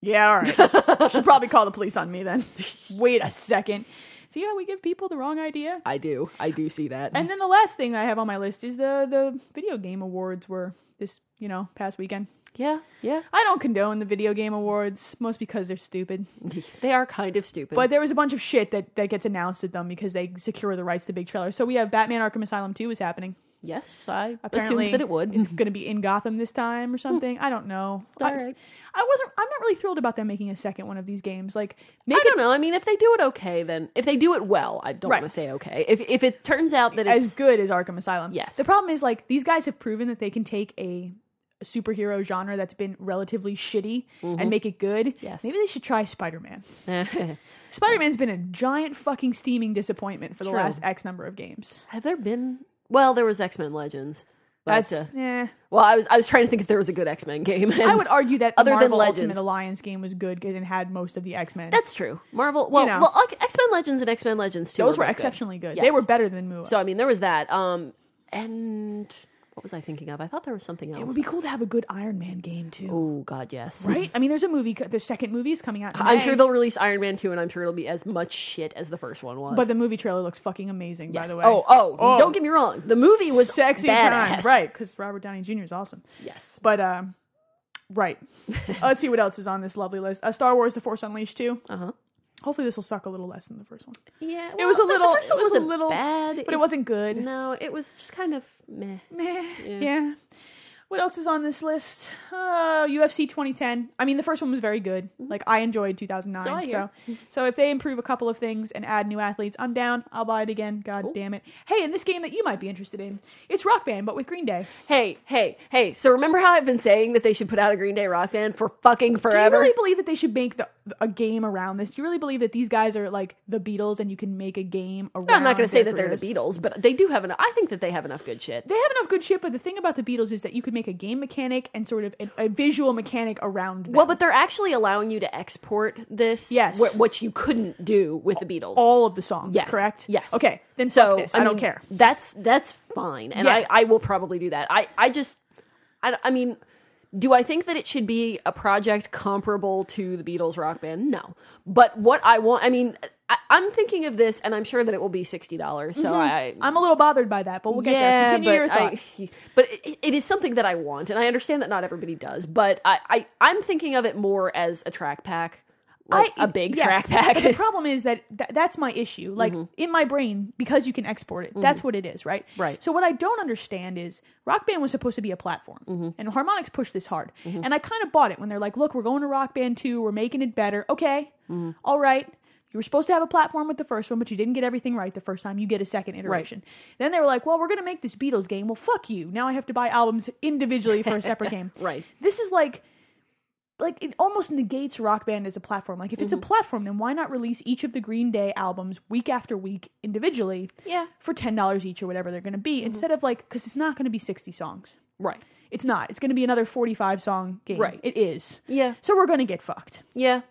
Speaker 1: Yeah, all right. Should probably call the police on me then. Wait a second. See how we give people the wrong idea?
Speaker 2: I do. I do see that.
Speaker 1: And then the last thing I have on my list is the the video game awards were this, you know, past weekend.
Speaker 2: yeah, yeah.
Speaker 1: I don't condone the video game awards, most because they're stupid.
Speaker 2: They are kind of stupid.
Speaker 1: But there was a bunch of shit that, that gets announced at them because they secure the rights to big trailers. So we have Batman Arkham Asylum 2 is happening.
Speaker 2: Yes, I
Speaker 1: Apparently,
Speaker 2: assumed that it would.
Speaker 1: It's going to be in Gotham this time or something. I don't know.
Speaker 2: All
Speaker 1: I,
Speaker 2: right.
Speaker 1: I wasn't. I'm not really thrilled about them making a second one of these games. Like, make
Speaker 2: I
Speaker 1: it
Speaker 2: don't know. I mean, if they do it okay, then if they do it well, I don't
Speaker 1: Right.
Speaker 2: want to say okay. If if it turns out that it's
Speaker 1: as good as Arkham Asylum.
Speaker 2: Yes.
Speaker 1: The problem is like these guys have proven that they can take a superhero genre that's been relatively shitty and make it good.
Speaker 2: Mm-hmm. Yes.
Speaker 1: Maybe they should try Spider Man. Spider Man's been a giant fucking steaming disappointment for the
Speaker 2: True.
Speaker 1: last X number of games.
Speaker 2: have there been well, there was X Men Legends. But,
Speaker 1: That's
Speaker 2: uh,
Speaker 1: eh.
Speaker 2: well, I was I was trying to think if there was a good X Men game. and
Speaker 1: I would argue that
Speaker 2: other
Speaker 1: the
Speaker 2: than
Speaker 1: Marvel Ultimate
Speaker 2: Legends.
Speaker 1: Alliance game was good because it had most of the X Men.
Speaker 2: that's true. Marvel. Well,
Speaker 1: know.
Speaker 2: well, X Men Legends and X Men Legends too.
Speaker 1: Those were
Speaker 2: both
Speaker 1: exceptionally good. They
Speaker 2: Yes.
Speaker 1: were better than MUA.
Speaker 2: So I mean, there was that. Um, and what was I thinking of? I thought there was something
Speaker 1: it
Speaker 2: else.
Speaker 1: would be cool to have a good Iron Man game too.
Speaker 2: oh God, yes.
Speaker 1: Right? I mean, there's a movie. co- The second movie is coming out. in
Speaker 2: I'm
Speaker 1: May.
Speaker 2: sure they'll release Iron Man 2, and I'm sure it'll be as much shit as the first one was.
Speaker 1: But the movie trailer looks fucking amazing. By
Speaker 2: Yes.
Speaker 1: the way.
Speaker 2: oh, oh,
Speaker 1: Oh.
Speaker 2: don't get me wrong. The movie was
Speaker 1: sexy
Speaker 2: badass.
Speaker 1: time, right? Because Robert Downey Jr. is awesome.
Speaker 2: Yes.
Speaker 1: But um, right. Let's see what else is on this lovely list. Uh, Star Wars: The Force Unleashed two. Uh
Speaker 2: Uh-huh.
Speaker 1: Hopefully, this will suck a little less than the first one.
Speaker 2: Yeah.
Speaker 1: it was a
Speaker 2: well, the-
Speaker 1: little.
Speaker 2: The first one
Speaker 1: it was,
Speaker 2: wasn't
Speaker 1: a little
Speaker 2: bad,
Speaker 1: but it, wasn't good.
Speaker 2: No, it was just kind of meh.
Speaker 1: Meh, yeah. What else is on this list? Uh, UFC 2010. I mean, the first one was very good. Like I enjoyed 2009.
Speaker 2: Mm-hmm. So I
Speaker 1: so,
Speaker 2: hear.
Speaker 1: so if they improve a couple of things and add new athletes, I'm down. I'll buy it again. God damn it! Hey, and this game that you might be interested in, it's Rock Band, but with Green Day.
Speaker 2: Hey, hey, hey. So remember how I've been saying that they should put out a Green Day rock band for fucking forever?
Speaker 1: Do you really believe that they should make the, a game around this? Do you really believe that these guys are like the Beatles and you can make a game around?
Speaker 2: I'm not going
Speaker 1: their
Speaker 2: to say that they're the
Speaker 1: careers?
Speaker 2: Beatles, but they do have enough. I think that they have enough good shit.
Speaker 1: They have enough good shit, but the thing about the Beatles is that you could make a game mechanic and sort of a, a visual mechanic around them.
Speaker 2: Well, but they're actually allowing you to export this.
Speaker 1: Yes.
Speaker 2: wh- which you couldn't do with the Beatles.
Speaker 1: all of the songs,
Speaker 2: Yes.
Speaker 1: correct?
Speaker 2: Yes.
Speaker 1: Okay, then
Speaker 2: so
Speaker 1: fuck this. I, don't
Speaker 2: mean,
Speaker 1: care.
Speaker 2: That's that's fine, and
Speaker 1: Yeah.
Speaker 2: I I will probably do that. I I just I I mean. Do I think that it should be a project comparable to the Beatles rock band? No. But what I want, I mean, I, I'm thinking of this, and I'm sure that it will be $60. So I,
Speaker 1: Mm-hmm. I'm a little bothered by that, but we'll get there. Continue your
Speaker 2: but I-
Speaker 1: thoughts.
Speaker 2: but it, it is something that I want, and I understand that not everybody does. But I, I I'm thinking of it more as a track pack, like
Speaker 1: I-
Speaker 2: a big
Speaker 1: yes,
Speaker 2: track
Speaker 1: But the
Speaker 2: pack.
Speaker 1: problem is that th- that's my issue. Like in my brain, because you can export it, that's what it is, right?
Speaker 2: Mm-hmm. Right.
Speaker 1: So what I don't understand is Rock Band was supposed to be a platform, and Harmonix pushed this hard, and I kind of bought it when they're like, "Look, we're going to Rock Band two, we're making it better." Okay, all right. You were supposed to have a platform with the first one, but you didn't get everything right the first time. You get a second iteration. Then they were like, "Well, we're going to make this Beatles game." Well, fuck you. Now I have to buy albums individually for a separate game.
Speaker 2: Right.
Speaker 1: This is like like it almost negates rock band as a platform like if it's a platform then why not release each of the green day albums week after week individually
Speaker 2: Yeah.
Speaker 1: for $10 each or whatever they're going to
Speaker 2: Mm-hmm.
Speaker 1: be instead of like because it's not going to be 60 songs
Speaker 2: right.
Speaker 1: it's not it's going to be another 45 song game
Speaker 2: Right.
Speaker 1: it is
Speaker 2: Yeah.
Speaker 1: so we're going to get fucked
Speaker 2: Yeah.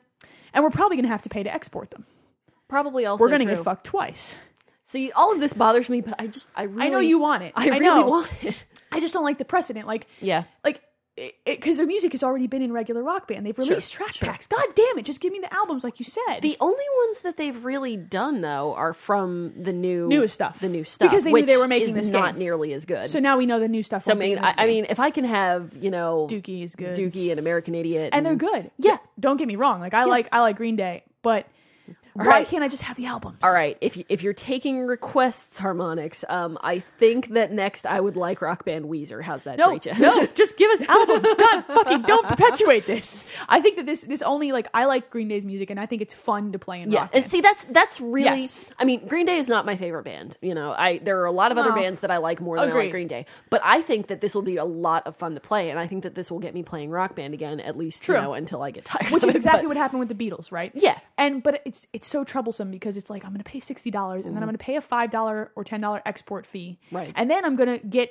Speaker 1: and we're probably going to have to pay to export them
Speaker 2: Probably also
Speaker 1: we're going to
Speaker 2: true.
Speaker 1: get fucked twice
Speaker 2: See, all of this bothers me, but I just I really
Speaker 1: i know you want it
Speaker 2: I really
Speaker 1: know.
Speaker 2: want it.
Speaker 1: i just don't like the precedent like
Speaker 2: Yeah.
Speaker 1: like because their music has already been in regular rock band they've released track packs god damn it just give me the albums like you said
Speaker 2: The only ones that they've really done though are from the new
Speaker 1: Newest stuff.
Speaker 2: The new stuff
Speaker 1: Because they knew they
Speaker 2: which
Speaker 1: were making
Speaker 2: is
Speaker 1: this
Speaker 2: not
Speaker 1: game.
Speaker 2: nearly as good.
Speaker 1: So now we know the new stuff.
Speaker 2: So I
Speaker 1: won't be
Speaker 2: mean,
Speaker 1: in this
Speaker 2: I, I
Speaker 1: game.
Speaker 2: mean, if I can have you know
Speaker 1: Dookie is good,
Speaker 2: Dookie and American Idiot,
Speaker 1: and they're good.
Speaker 2: Yeah.
Speaker 1: don't get me wrong. Like I like I like Green Day, but why
Speaker 2: right.
Speaker 1: can't I just have the albums?
Speaker 2: All right, if y- if you're taking requests, harmonics, um, I think that next I would like rock band Weezer. How's that
Speaker 1: No,
Speaker 2: treat you?
Speaker 1: no, just give us albums. God, fucking don't perpetuate this. I think that this this only like I like Green Day's music, and I think it's fun to play in
Speaker 2: yeah,
Speaker 1: rock.
Speaker 2: and
Speaker 1: band.
Speaker 2: see that's that's really.
Speaker 1: Yes.
Speaker 2: I mean, Green Day is not my favorite band. You know, I there are a lot of other
Speaker 1: No.
Speaker 2: bands that I like more than I
Speaker 1: Agreed.
Speaker 2: like Green Day, but I think that this will be a lot of fun to play, and I think that this will get me playing rock band again at least
Speaker 1: True.
Speaker 2: you know until I get tired.
Speaker 1: which
Speaker 2: of
Speaker 1: is
Speaker 2: it,
Speaker 1: exactly
Speaker 2: but-
Speaker 1: what happened with the Beatles, right?
Speaker 2: Yeah.
Speaker 1: And but it's it's so troublesome because it's like I'm going to pay sixty dollars and then I'm going to pay a five dollar or ten dollar export fee,
Speaker 2: Mm-hmm. Right.
Speaker 1: And then I'm going to get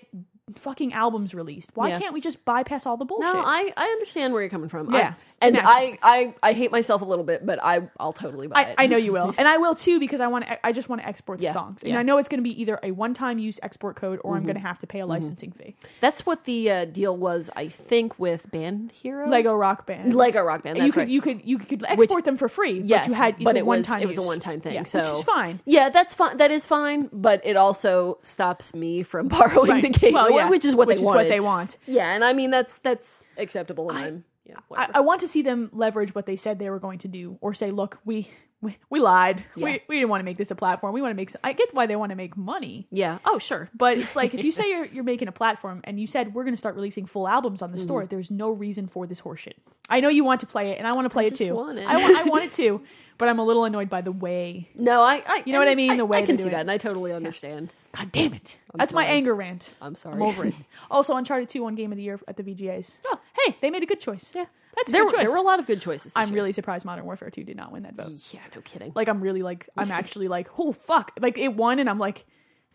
Speaker 1: fucking albums released. Why
Speaker 2: Yeah.
Speaker 1: can't we just bypass all the bullshit?
Speaker 2: No, I, I understand where you're coming from.
Speaker 1: Yeah,
Speaker 2: I, and
Speaker 1: naturally.
Speaker 2: I, I I hate myself a little bit, but I I'll totally buy
Speaker 1: I,
Speaker 2: it.
Speaker 1: I know you will, and I will too because I want to. I just want to export the
Speaker 2: Yeah,
Speaker 1: songs, and
Speaker 2: yeah. Mm-hmm.
Speaker 1: I know it's going to be either a one-time use export code or I'm going to have to pay a licensing fee.
Speaker 2: That's what the uh, deal was, I think, with Band Hero.
Speaker 1: Lego Rock Band,
Speaker 2: Lego Rock
Speaker 1: And
Speaker 2: Band.
Speaker 1: you
Speaker 2: That's
Speaker 1: could
Speaker 2: right.
Speaker 1: you could you could export them for free,
Speaker 2: yes,
Speaker 1: but you had it's
Speaker 2: but
Speaker 1: a
Speaker 2: it was
Speaker 1: one-time
Speaker 2: it was a
Speaker 1: use.
Speaker 2: one time thing.
Speaker 1: Yeah,
Speaker 2: so
Speaker 1: which is fine.
Speaker 2: Yeah, that's fine. That is fine, but it also stops me from borrowing the game,
Speaker 1: Well, yeah,
Speaker 2: which is what
Speaker 1: which
Speaker 2: they
Speaker 1: is
Speaker 2: wanted.
Speaker 1: what they want.
Speaker 2: Yeah, and I mean that's that's acceptable. And I, am yeah,
Speaker 1: I,
Speaker 2: whatever.
Speaker 1: I want to see them leverage what they said they were going to do, or say, "Look, we we, we lied.
Speaker 2: Yeah.
Speaker 1: We, we didn't want to make this a platform. We want to make. Some, I get why they want to make money,
Speaker 2: Yeah. Oh, sure.
Speaker 1: but it's like if you say you're you're making a platform and you said we're going to start releasing full albums on the
Speaker 2: Mm-hmm.
Speaker 1: store, there's no reason for this horseshit. I know you want to play it, and I want to play it
Speaker 2: just
Speaker 1: too.
Speaker 2: want it.
Speaker 1: I want I want it too, but I'm a little annoyed by the way.
Speaker 2: No, I. I
Speaker 1: You know what I mean? The way
Speaker 2: I can
Speaker 1: they do
Speaker 2: see
Speaker 1: it.
Speaker 2: that, and I totally understand.
Speaker 1: God damn it! That's my
Speaker 2: sorry.
Speaker 1: anger rant.
Speaker 2: I'm sorry.
Speaker 1: I'm over it. also, Uncharted Two won Game of the Year at the VGAs.
Speaker 2: Oh.
Speaker 1: hey, they made a good choice.
Speaker 2: Yeah.
Speaker 1: that's a
Speaker 2: there,
Speaker 1: good
Speaker 2: were,
Speaker 1: choice.
Speaker 2: there were a lot of good choices. this
Speaker 1: I'm
Speaker 2: year.
Speaker 1: really surprised Modern Warfare Two did not win that vote.
Speaker 2: Yeah, no kidding.
Speaker 1: Like I'm really like I'm actually like oh fuck like it won and I'm like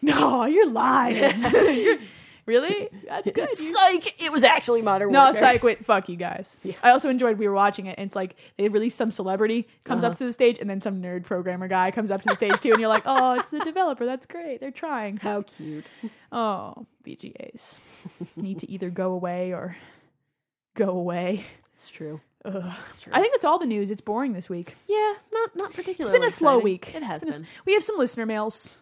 Speaker 1: no you're lying You're- really that's good You-
Speaker 2: Psych! It was actually Modern
Speaker 1: no
Speaker 2: Warfare.
Speaker 1: psych wait fuck you guys I also enjoyed we were watching it and it's like they released some celebrity comes
Speaker 2: Uh-huh.
Speaker 1: up to the stage and then some nerd programmer guy comes up to the stage too and you're like oh it's the developer that's great they're trying
Speaker 2: How cute.
Speaker 1: oh VGAs need to either go away or go away
Speaker 2: It's true.
Speaker 1: Ugh.
Speaker 2: It's true.
Speaker 1: I think that's all the news it's boring this week
Speaker 2: yeah, not not
Speaker 1: it's
Speaker 2: particularly.
Speaker 1: been a slow
Speaker 2: exciting.
Speaker 1: week
Speaker 2: It has
Speaker 1: It's a-
Speaker 2: been.
Speaker 1: we have some listener mails.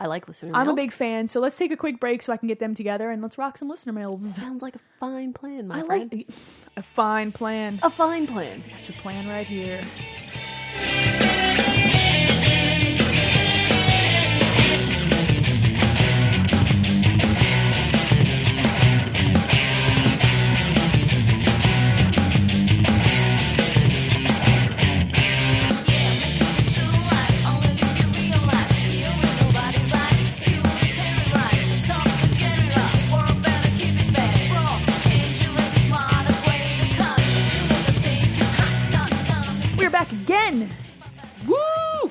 Speaker 2: I like listener.
Speaker 1: I'm a
Speaker 2: mails.
Speaker 1: big fan, so let's take a quick break so I can get them together and let's rock some listener mails.
Speaker 2: Sounds like a fine plan, my
Speaker 1: I
Speaker 2: friend.
Speaker 1: like a fine plan.
Speaker 2: a fine plan.
Speaker 1: Got your plan right here. We're back again. Woo!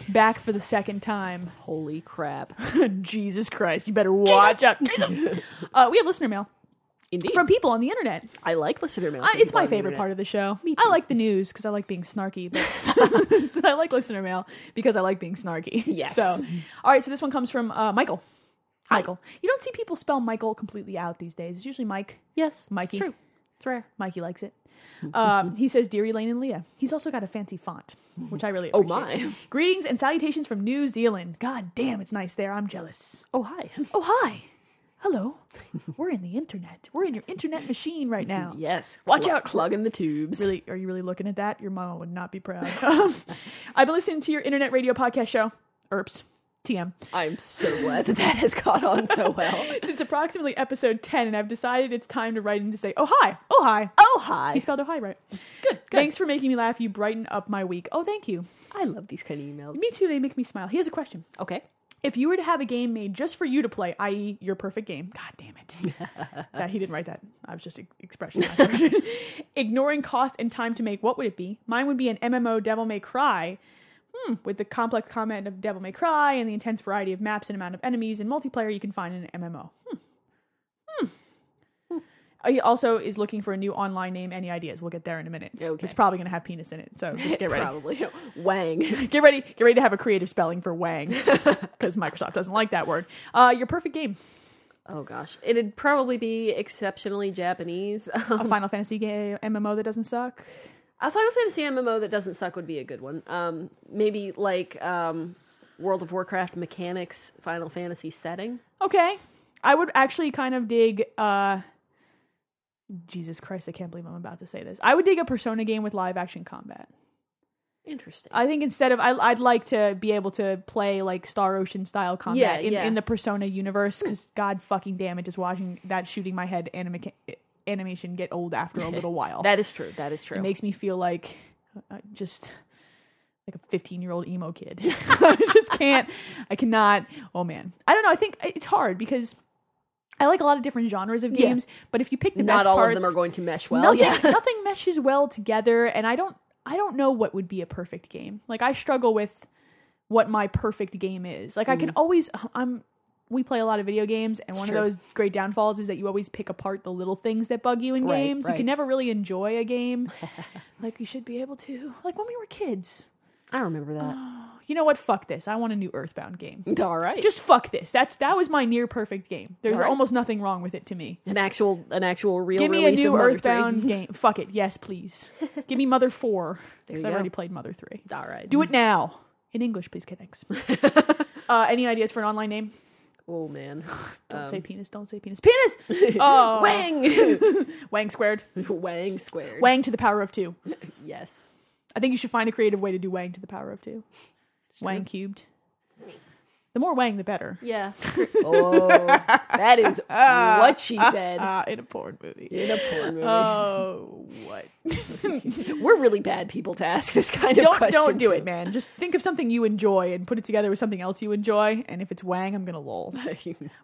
Speaker 1: Back for the second time.
Speaker 2: Holy crap!
Speaker 1: Jesus Christ, you better watch out. Jesus. uh, we have listener mail
Speaker 2: Indeed,
Speaker 1: from people on the internet.
Speaker 2: I like listener mail.
Speaker 1: I, it's my favorite part of the show. I like the news because I like being snarky, but I like listener mail because I like being snarky.
Speaker 2: Yes.
Speaker 1: So, all right. So this one comes from uh, Michael. Michael. You don't see people spell Michael completely out these days. It's usually Mike.
Speaker 2: Yes,
Speaker 1: Mikey.
Speaker 2: It's true. It's rare.
Speaker 1: Mikey likes it. Um, he says, "Dear Elaine and Leah." He's also got a fancy font, which I really
Speaker 2: Oh,
Speaker 1: appreciate.
Speaker 2: my.
Speaker 1: Greetings and salutations from New Zealand. God damn, it's nice there. I'm jealous.
Speaker 2: Oh hi.
Speaker 1: Oh hi, hello. We're in the internet. We're in your internet machine right now.
Speaker 2: Yes.
Speaker 1: Watch
Speaker 2: clog-
Speaker 1: out.
Speaker 2: Clogging the tubes.
Speaker 1: Really, are you really looking at that? Your mama would not be proud. Um, I've been listening to your internet radio podcast show, ERPS, TM,
Speaker 2: I'm so glad that that has caught on so well.
Speaker 1: since approximately episode 10, and I've decided it's time to write in to say, oh, hi, oh, hi.
Speaker 2: Oh hi.
Speaker 1: You spelled oh, hi right. Good, Thanks for making me laugh. You brighten up my week. Oh, thank you.
Speaker 2: I love these kind of emails.
Speaker 1: Me too. They make me smile. Here's a question.
Speaker 2: Okay.
Speaker 1: If you were to have a game made just for you to play, i.e., your perfect game, God damn it. that he didn't write that. I was just e- expression. Ignoring cost and time to make, what would it be? Mine would be an MMO Devil May Cry. Hmm, with the complex comment of Devil May Cry and the intense variety of maps and amount of enemies and multiplayer you can find in an MMO. Hmm. Hmm. He also is looking for a new online name. Any ideas? We'll get there in a minute.
Speaker 2: Okay.
Speaker 1: It's probably going to have penis in it, so just get ready
Speaker 2: Probably. Wang.
Speaker 1: get ready get ready to have a creative spelling for wang because microsoft doesn't like that word uh, your perfect game
Speaker 2: Oh gosh. It'd probably be exceptionally Japanese.
Speaker 1: a final fantasy game mmo that doesn't suck
Speaker 2: A Final Fantasy MMO that doesn't suck would be a good one. Um, maybe like um, World of Warcraft mechanics, Final Fantasy setting.
Speaker 1: okay i would actually kind of dig uh, jesus christ i can't believe i'm about to say this i would dig a persona game with live action combat
Speaker 2: Interesting.
Speaker 1: i think instead of I, i'd like to be able to play like star ocean style combat
Speaker 2: Yeah,
Speaker 1: in,
Speaker 2: yeah.
Speaker 1: in the persona universe because god fucking damn it just watching that shooting my head anima- animation get old after a little while
Speaker 2: that is true. That is true.
Speaker 1: It makes me feel like uh, just like a 15 year old emo kid. I just can't. I cannot. Oh man. I don't know. I think it's hard because I like a lot of different genres of
Speaker 2: Yeah.
Speaker 1: games, but if you pick the
Speaker 2: Not
Speaker 1: best
Speaker 2: all
Speaker 1: parts,
Speaker 2: of them are going to mesh well.
Speaker 1: nothing,
Speaker 2: yeah.
Speaker 1: nothing meshes well together. And I don't, I don't know what would be a perfect game. Like I struggle with what my perfect game is. Like I can always, I'm, we play a lot of video games, and one
Speaker 2: Mm-hmm. true.
Speaker 1: of those great downfalls is that you always pick apart the little things that bug you in
Speaker 2: Right,
Speaker 1: games. You
Speaker 2: right.
Speaker 1: can never really enjoy a game like you should be able to. Like when we were kids.
Speaker 2: I remember that.
Speaker 1: You know what? Fuck this. I want a new Earthbound game.
Speaker 2: all right.
Speaker 1: Just fuck this. That's that was my near perfect game. There's
Speaker 2: All right.
Speaker 1: almost nothing wrong with it to me.
Speaker 2: an actual, an actual real.
Speaker 1: Give me a
Speaker 2: release of
Speaker 1: new
Speaker 2: Mother 3.
Speaker 1: Earthbound game. Fuck it. Yes, please. Give me Mother 4.
Speaker 2: There you
Speaker 1: Because I've
Speaker 2: go.
Speaker 1: already played Mother 3.
Speaker 2: All right.
Speaker 1: Do it now. In English, please. Okay, thanks. uh, any ideas for an online name?
Speaker 2: Oh man.
Speaker 1: Don't say penis. Don't say penis. Penis! Oh,
Speaker 2: Wang.
Speaker 1: Wang squared.
Speaker 2: Wang squared.
Speaker 1: Wang to the power of two.
Speaker 2: Yes.
Speaker 1: I think you should find a creative way to do Wang to the power of two. Wang cubed. The more Wang, the better.
Speaker 2: Yeah. oh, that is what she said
Speaker 1: Ah, in a porn movie.
Speaker 2: in a porn movie.
Speaker 1: Oh, what?
Speaker 2: We're really bad people to ask this kind of
Speaker 1: Don't
Speaker 2: question.
Speaker 1: don't do
Speaker 2: to.
Speaker 1: it, man. Just think of something you enjoy and put it together with something else you enjoy. And if it's Wang, I'm gonna lol.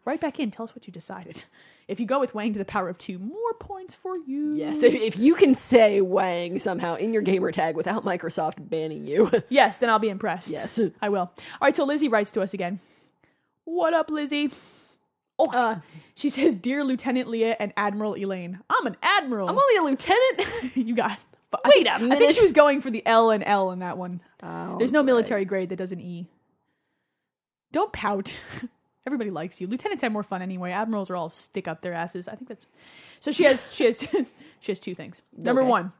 Speaker 1: right back in. Tell us what you decided. If you go with Wang to the power of two, more points for you.
Speaker 2: yes, if, if you can say Wang somehow in your gamer tag without Microsoft banning you.
Speaker 1: Yes, then I'll be impressed.
Speaker 2: Yes.
Speaker 1: I will. All right, so Lizzie writes to us again. What up, Lizzie? Oh, uh, she says, Dear Lieutenant Leah and Admiral Elaine, I'm an admiral.
Speaker 2: I'm only a lieutenant.
Speaker 1: you got.
Speaker 2: Wait a
Speaker 1: I think
Speaker 2: minute. Oh,
Speaker 1: she was going for the L and L in that one. There's no military grade that does an E. Don't pout. Everybody likes you. Lieutenants have more fun anyway. Admirals are all stick up their asses. I think that's so. She has she has she has two things. Number
Speaker 2: Okay.
Speaker 1: one,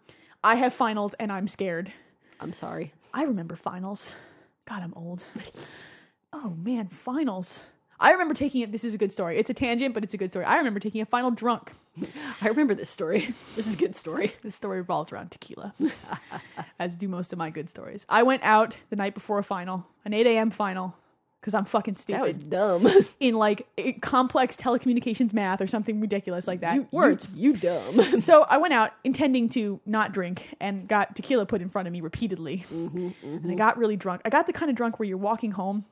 Speaker 1: I have finals and I'm scared.
Speaker 2: I'm sorry.
Speaker 1: I remember finals. God, I'm old. Oh man, finals. I remember taking it. This is a good story. It's a tangent, but it's a good story. I remember taking a final drunk.
Speaker 2: I remember this story. This is a good story.
Speaker 1: This story revolves around tequila, as do most of my good stories. I went out the night before a final, an 8 a.m. final, because I'm fucking stupid.
Speaker 2: That was dumb.
Speaker 1: in like i- complex telecommunications math or something ridiculous like that. Words.
Speaker 2: You, you dumb.
Speaker 1: So I went out intending to not drink and got tequila put in front of me repeatedly. And I got really drunk. I got the kind of drunk where you're walking home,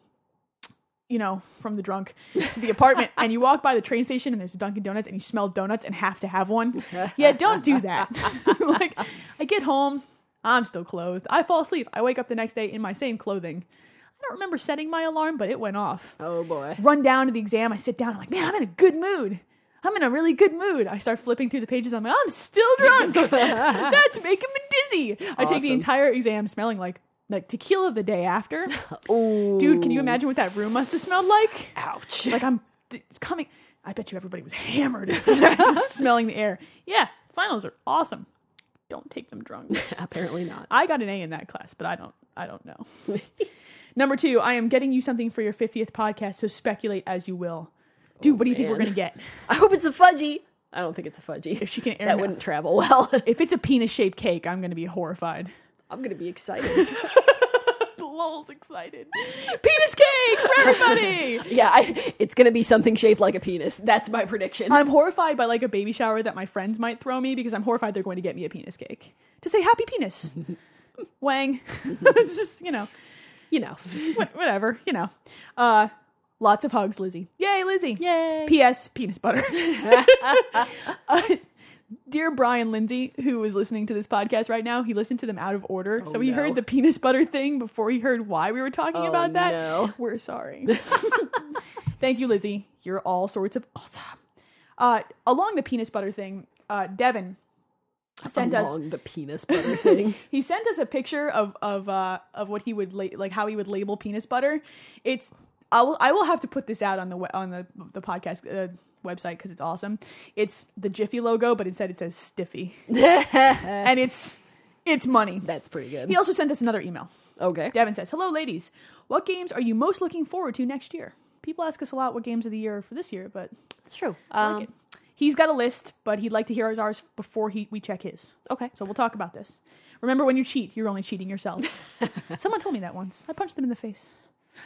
Speaker 1: you know, from the drunk to the apartment and you walk by the train station and there's a Dunkin' Donuts and you smell donuts and have to have one. Yeah, don't do that. like, I get home, I'm still clothed. I fall asleep. I wake up the next day in my same clothing. I don't remember setting my alarm, but it went off
Speaker 2: Oh boy.
Speaker 1: run down to the exam. I sit down. I'm like, man, I'm in a good mood. I'm in a really good mood. I start flipping through the pages. I'm like, I'm still drunk. That's making me dizzy. I take the
Speaker 2: Awesome.
Speaker 1: entire exam smelling like like tequila the day after. Dude, can you imagine what that room must have smelled like?
Speaker 2: Ouch.
Speaker 1: Like I'm, it's coming. I bet you everybody was hammered after that, smelling the air. Yeah, finals are awesome. Don't take them drunk.
Speaker 2: Apparently not.
Speaker 1: I got an A in that class, but I don't I don't know. Number two, I am getting you something for your fiftieth podcast, so speculate as you will. Dude, what do you think we're
Speaker 2: Oh, man.
Speaker 1: gonna get?
Speaker 2: I hope it's a fudgy. I don't think it's a fudgy.
Speaker 1: If she can air
Speaker 2: that
Speaker 1: ma-
Speaker 2: wouldn't travel well.
Speaker 1: If it's a penis shaped cake, I'm gonna be horrified.
Speaker 2: I'm gonna be excited.
Speaker 1: Lol's excited. Penis cake for everybody.
Speaker 2: yeah, I, it's gonna be something shaped like a penis. That's my prediction.
Speaker 1: I'm horrified by like a baby shower that my friends might throw me because I'm horrified they're going to get me a penis cake to say happy penis. Wang, it's just you know
Speaker 2: you know.
Speaker 1: what- whatever you know. Uh, lots of hugs, Lizzie. Yay, Lizzie.
Speaker 2: Yay.
Speaker 1: P.S. Penis butter. Uh, dear Brian Lindsay, who is listening to this podcast right now, he listened to them out of order. so he
Speaker 2: Oh, no.
Speaker 1: heard the penis butter thing before he heard why we were talking
Speaker 2: Oh,
Speaker 1: about that.
Speaker 2: no.
Speaker 1: We're sorry. Thank you, Lizzie. You're all sorts of awesome. Uh, along the penis butter thing, uh, Devin sent us.
Speaker 2: Along the penis butter thing.
Speaker 1: He sent us a picture of of uh, of what he would la- like how he would label peanut butter. It's I will I will have to put this out on the we- on the the podcast uh, website because it's awesome. It's the Jiffy logo, but instead it says Stiffy, and it's it's money.
Speaker 2: That's pretty good.
Speaker 1: He also sent us another email.
Speaker 2: Okay.
Speaker 1: Devin says, "Hello, ladies. What games are you most looking forward to next year? People ask us a lot what games of the year are for this year, but
Speaker 2: That's true.
Speaker 1: I like it. He's got a list, but he'd like to hear ours before he we check his.
Speaker 2: Okay.
Speaker 1: So we'll talk about this. Remember, when you cheat, you're only cheating yourself. Someone told me that once. I punched them in the face.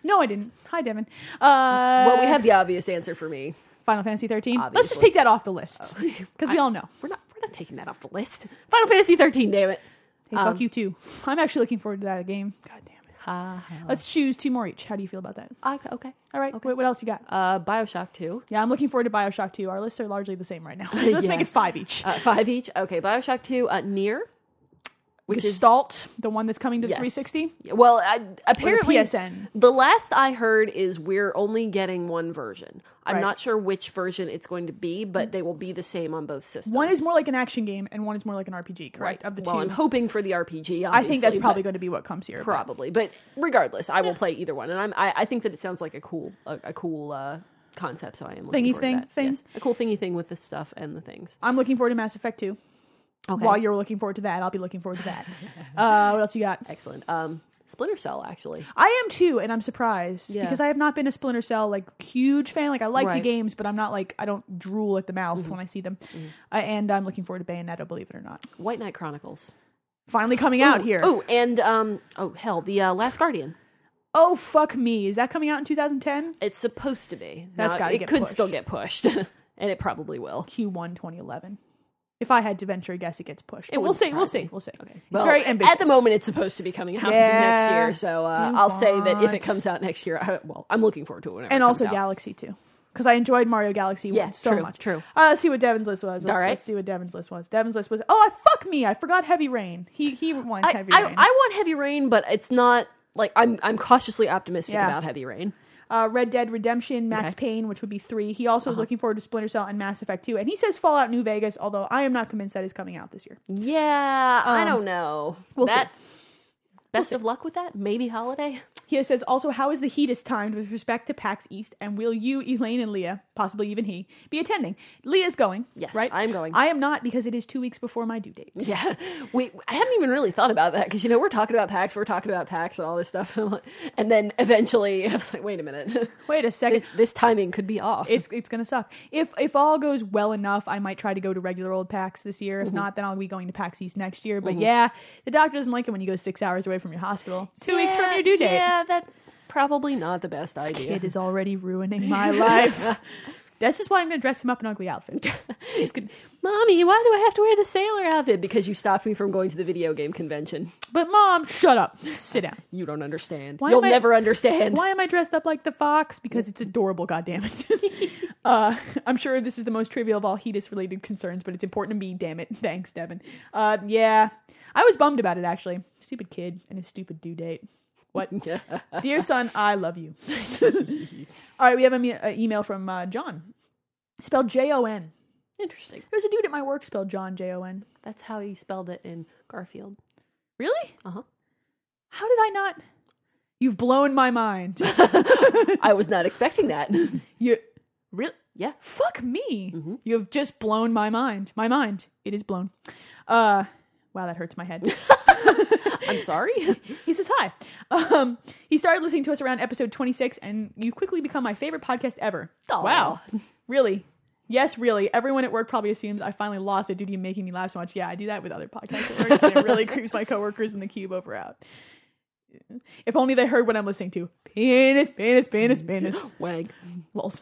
Speaker 1: No, I didn't. Hi, Devin. Uh,
Speaker 2: Well, we have the obvious answer for me.
Speaker 1: Final Fantasy 13. Let's just
Speaker 2: Obviously. Oh.
Speaker 1: take that off the list because we all know.
Speaker 2: We're not. We're not taking that off the list. Final Fantasy 13. Damn it.
Speaker 1: Hey,
Speaker 2: Um,
Speaker 1: fuck you too. I'm actually looking forward to that game. God damn it.
Speaker 2: Ha.
Speaker 1: Let's choose two more each. How do you feel about that?
Speaker 2: Okay. okay.
Speaker 1: All right. What, what else you got?
Speaker 2: Uh, Bioshock 2.
Speaker 1: yeah, I'm looking forward to Bioshock 2. Our lists are largely the same right now. Let's
Speaker 2: Yeah.
Speaker 1: make it five each.
Speaker 2: Uh, five each. Okay. Bioshock 2. Uh, Near. Which is
Speaker 1: Gestalt, the one that's coming to the
Speaker 2: Yes.
Speaker 1: 360.
Speaker 2: Well, I, apparently
Speaker 1: PSN.
Speaker 2: the last I heard is we're only getting one version. I'm
Speaker 1: Right.
Speaker 2: not sure which version it's going to be, but they will be the same on both systems.
Speaker 1: One is more like an action game, and one is more like an RPG. Correct. Of the
Speaker 2: well,
Speaker 1: 2
Speaker 2: I'm hoping for the RPG.
Speaker 1: I think that's
Speaker 2: obviously,
Speaker 1: probably
Speaker 2: but-
Speaker 1: going to be what comes here. but-
Speaker 2: probably, but regardless, I will play either one, and I'm I, I think that it sounds like a cool a, a cool uh, concept. So I am looking
Speaker 1: Thingy
Speaker 2: forward to
Speaker 1: thing
Speaker 2: that.
Speaker 1: thing?
Speaker 2: Yes. a cool thingy thing with the stuff and the things.
Speaker 1: I'm looking forward to Mass Effect 2.
Speaker 2: Okay,
Speaker 1: While you're looking forward to that, I'll be looking forward to that. uh, what else you got?
Speaker 2: excellent. Um, Splinter Cell actually.
Speaker 1: I am too, and I'm surprised
Speaker 2: Yeah.
Speaker 1: because I have not been a Splinter Cell like huge fan. Like I like the
Speaker 2: Right. Mm-hmm.
Speaker 1: games, but I'm not like I don't drool at the mouth when I see them. Uh, and I'm looking forward to Bayonetta, believe it or not.
Speaker 2: White Knight Chronicles.
Speaker 1: finally coming out here.
Speaker 2: Oh, and um, oh hell, the uh, Last Guardian.
Speaker 1: Oh, fuck me. Is that coming out in 2010?
Speaker 2: It's supposed to be.
Speaker 1: That's
Speaker 2: Now,
Speaker 1: gotta
Speaker 2: It
Speaker 1: get
Speaker 2: could
Speaker 1: pushed.
Speaker 2: still get pushed, and it probably will.
Speaker 1: Q1 2011. If I had to venture a guess, it gets pushed. But we'll
Speaker 2: wouldn't
Speaker 1: see. We'll
Speaker 2: surprise
Speaker 1: see.
Speaker 2: me.
Speaker 1: We'll see. It's
Speaker 2: Well,
Speaker 1: very ambitious.
Speaker 2: At the moment, it's supposed to be coming out next
Speaker 1: Yeah.
Speaker 2: year, so uh,
Speaker 1: Do
Speaker 2: I'll say that if
Speaker 1: what?
Speaker 2: it comes out next year, I, well, I'm looking forward to it. Whenever
Speaker 1: and
Speaker 2: it comes
Speaker 1: also
Speaker 2: out.
Speaker 1: Galaxy too, because I enjoyed Mario Galaxy
Speaker 2: Yeah,
Speaker 1: one so
Speaker 2: true,
Speaker 1: much.
Speaker 2: true.
Speaker 1: Uh, let's see what Devin's list was. Let's,
Speaker 2: All right.
Speaker 1: let's see what Devin's list was. Devin's list was oh, I fuck me, I forgot Heavy Rain. He he wants
Speaker 2: I,
Speaker 1: Heavy
Speaker 2: I,
Speaker 1: Rain.
Speaker 2: I want heavy rain, but it's not like I'm. I'm cautiously optimistic
Speaker 1: Yeah.
Speaker 2: about heavy rain.
Speaker 1: uh, Red Dead Redemption, Max
Speaker 2: Okay. Uh-huh.
Speaker 1: Payne, which would be three. He also is looking forward to Splinter Cell and Mass Effect two, and he says Fallout New Vegas. Although I am not convinced that is coming out this year.
Speaker 2: Yeah, I don't know.
Speaker 1: Um, we'll see.
Speaker 2: that, Best of luck with that. Maybe holiday.
Speaker 1: He says also, how is the heat is timed with respect to PAX East, and will you, Elaine, and Leah, possibly even he, be attending? Leah's going.
Speaker 2: Yes,
Speaker 1: right.
Speaker 2: I'm going.
Speaker 1: I am not because it is two weeks before my due date.
Speaker 2: Yeah, we. I hadn't even really thought about that because you know we're talking about packs, we're talking about packs and all this stuff, and, I'm like, and then eventually I was like, wait a minute,
Speaker 1: Wait a second.
Speaker 2: this this timing could be off.
Speaker 1: it's it's gonna suck. If if all goes well enough, I might try to go to regular old PAX this year. If not, then I'll be going to PAX East next year. But yeah, the doctor doesn't like it when you go six hours away from your hospital. Two weeks from
Speaker 2: Yeah,
Speaker 1: your due date.
Speaker 2: Yeah, that probably not the best idea.
Speaker 1: Kid is already ruining my life. This is why I'm gonna dress him up in ugly outfits. He's gonna-
Speaker 2: Mommy, why do I have to wear the sailor outfit? Because you stopped me from going to the video game convention.
Speaker 1: but mom, shut up. Sit down.
Speaker 2: You don't understand.
Speaker 1: Why
Speaker 2: You'll
Speaker 1: am I-
Speaker 2: never understand.
Speaker 1: Why am I dressed up like the fox? Because it's adorable, goddammit. uh, I'm sure this is the most trivial of all HEDIS related concerns, but it's important to me, damn it. Thanks, Devin. Uh, yeah. I was bummed about it, actually. Stupid kid and his stupid due date. What? Dear son, I love you. all right, we have an me- uh, email from uh, John, spelled J O N.
Speaker 2: Interesting.
Speaker 1: There's a dude at my work spelled John J O N.
Speaker 2: That's how he spelled it in Garfield.
Speaker 1: Really?
Speaker 2: Uh huh.
Speaker 1: How did I not? You've blown my mind.
Speaker 2: I was not expecting that.
Speaker 1: you really?
Speaker 2: Yeah.
Speaker 1: fuck me you've just blown my mind my mind it is blown uh wow that hurts my head
Speaker 2: I'm sorry.
Speaker 1: he says hi um he started listening to us around episode 26 and you quickly become my favorite podcast ever
Speaker 2: Aw.
Speaker 1: wow really Yes, really. Everyone at work probably assumes I finally lost it due to you making me laugh so much. Yeah, I do that with other podcasts at work, and it really creeps my coworkers in the cube over out. If only they heard what I'm listening to. Penis, penis, penis, penis.
Speaker 2: Wag.
Speaker 1: Lols.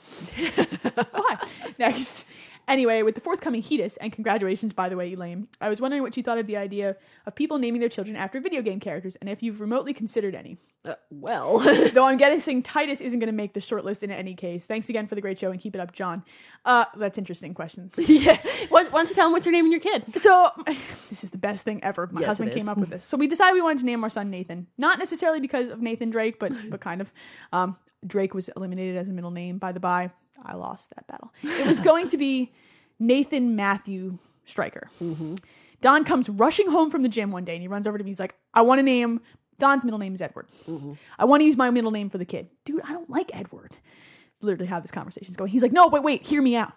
Speaker 1: Why? Next. Anyway, with the forthcoming HEDIS, and congratulations, by the way, Elaine, I was wondering what you thought of the idea of people naming their children after video game characters and if you've remotely considered any.
Speaker 2: Uh, well,
Speaker 1: Though I'm guessing Titus isn't going to make the shortlist in any case. Thanks again for the great show and keep it up, John. Uh, that's interesting question.
Speaker 2: yeah. Why, why don't you tell him what's your name and your kid?
Speaker 1: So, this is the best thing ever. My
Speaker 2: Yes,
Speaker 1: husband
Speaker 2: it
Speaker 1: came
Speaker 2: is.
Speaker 1: up with this. So, we decided we wanted to name our son Nathan. Not necessarily because of Nathan Drake, but but kind of. Um, Drake was eliminated as a middle name by the by. I lost that battle. It was going to be Nathan Matthew Stryker.
Speaker 2: Mm-hmm.
Speaker 1: Don comes rushing home from the gym one day and he runs over to me. He's like, I want to name Don's middle name is Edward.
Speaker 2: Mm-hmm.
Speaker 1: I want to use my middle name for the kid. Dude, I don't like Edward. Literally, how this conversation's going. He's like, No, but wait, hear me out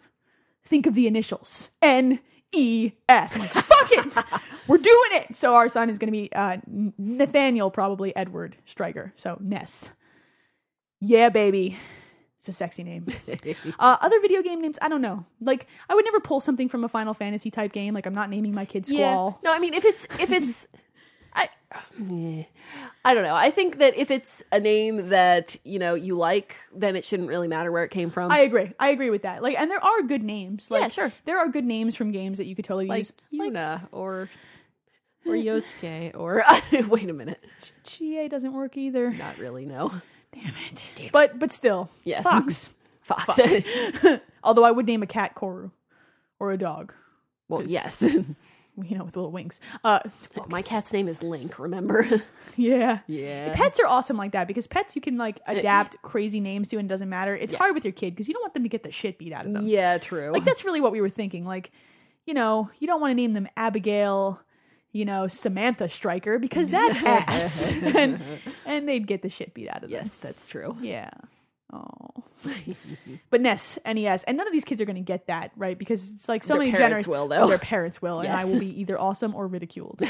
Speaker 1: think of the initials N E S. I'm like, fuck it, we're doing it. So our son is going to be uh, N- Nathaniel, probably Edward Stryker. So Ness. Yeah, baby. It's a sexy name. uh, other video game names, I don't know. Like, I would never pull something from a Final Fantasy type game. Like, I'm not naming my kid Squall.
Speaker 2: No, I mean if it's if it's I eh, I don't know. I think that if it's a name that, you know, you like, then it shouldn't really matter where it came from.
Speaker 1: I agree. I agree with that. Like, and there are good names. Like,
Speaker 2: Yeah, sure.
Speaker 1: There are good names from games that you could totally
Speaker 2: like
Speaker 1: use.
Speaker 2: Yuna or or Yosuke or wait a minute.
Speaker 1: Chie doesn't work either.
Speaker 2: Not really, no.
Speaker 1: Damn it. But but still,
Speaker 2: Yes.
Speaker 1: Fox.
Speaker 2: Fox.
Speaker 1: Although I would name a cat Koru or a dog,
Speaker 2: well, yes.
Speaker 1: you know, with little wings. Uh,
Speaker 2: My cat's name is Link, remember?
Speaker 1: yeah.
Speaker 2: Yeah. Uh,
Speaker 1: Pets are awesome like that because pets you can like adapt crazy names to and it doesn't matter. It's hard with your kid because you don't want them to get the shit beat out of them.
Speaker 2: Yeah, true.
Speaker 1: Like that's really what we were thinking. Like, you know, you don't want to name them Abigail, you know, Samantha Stryker because that's ass. and and they'd get the shit beat out of them.
Speaker 2: yes, that's true.
Speaker 1: Yeah. Oh. but Ness, NES, and none of these kids are going to get that, right? Because it's like so
Speaker 2: Their
Speaker 1: many
Speaker 2: parents
Speaker 1: generations.
Speaker 2: will, though.
Speaker 1: Their parents will, and I
Speaker 2: Yes.
Speaker 1: will be either awesome or ridiculed.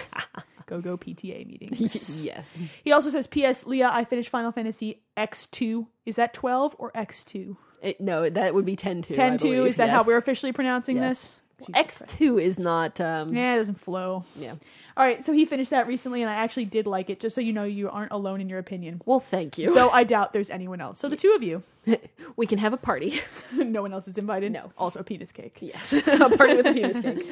Speaker 1: go go PTA meetings.
Speaker 2: yes.
Speaker 1: He also says, "P.S. Leah, I finished Final Fantasy X2. Is that twelve or X two?
Speaker 2: It- no, that would be 10 2.
Speaker 1: Ten two. Is that how we're officially pronouncing
Speaker 2: Yes.
Speaker 1: this? Jesus
Speaker 2: X
Speaker 1: Christ.
Speaker 2: two is not. Um, yeah.
Speaker 1: Yeah, it doesn't flow. All right, so he finished that recently, and I actually did like it. Just so you know, you aren't alone in your opinion.
Speaker 2: Well, thank you.
Speaker 1: Though I doubt there's anyone else. So the two of you,
Speaker 2: we can have a party.
Speaker 1: no one else is invited.
Speaker 2: No.
Speaker 1: Also, penis cake.
Speaker 2: yes, a party with a penis cake.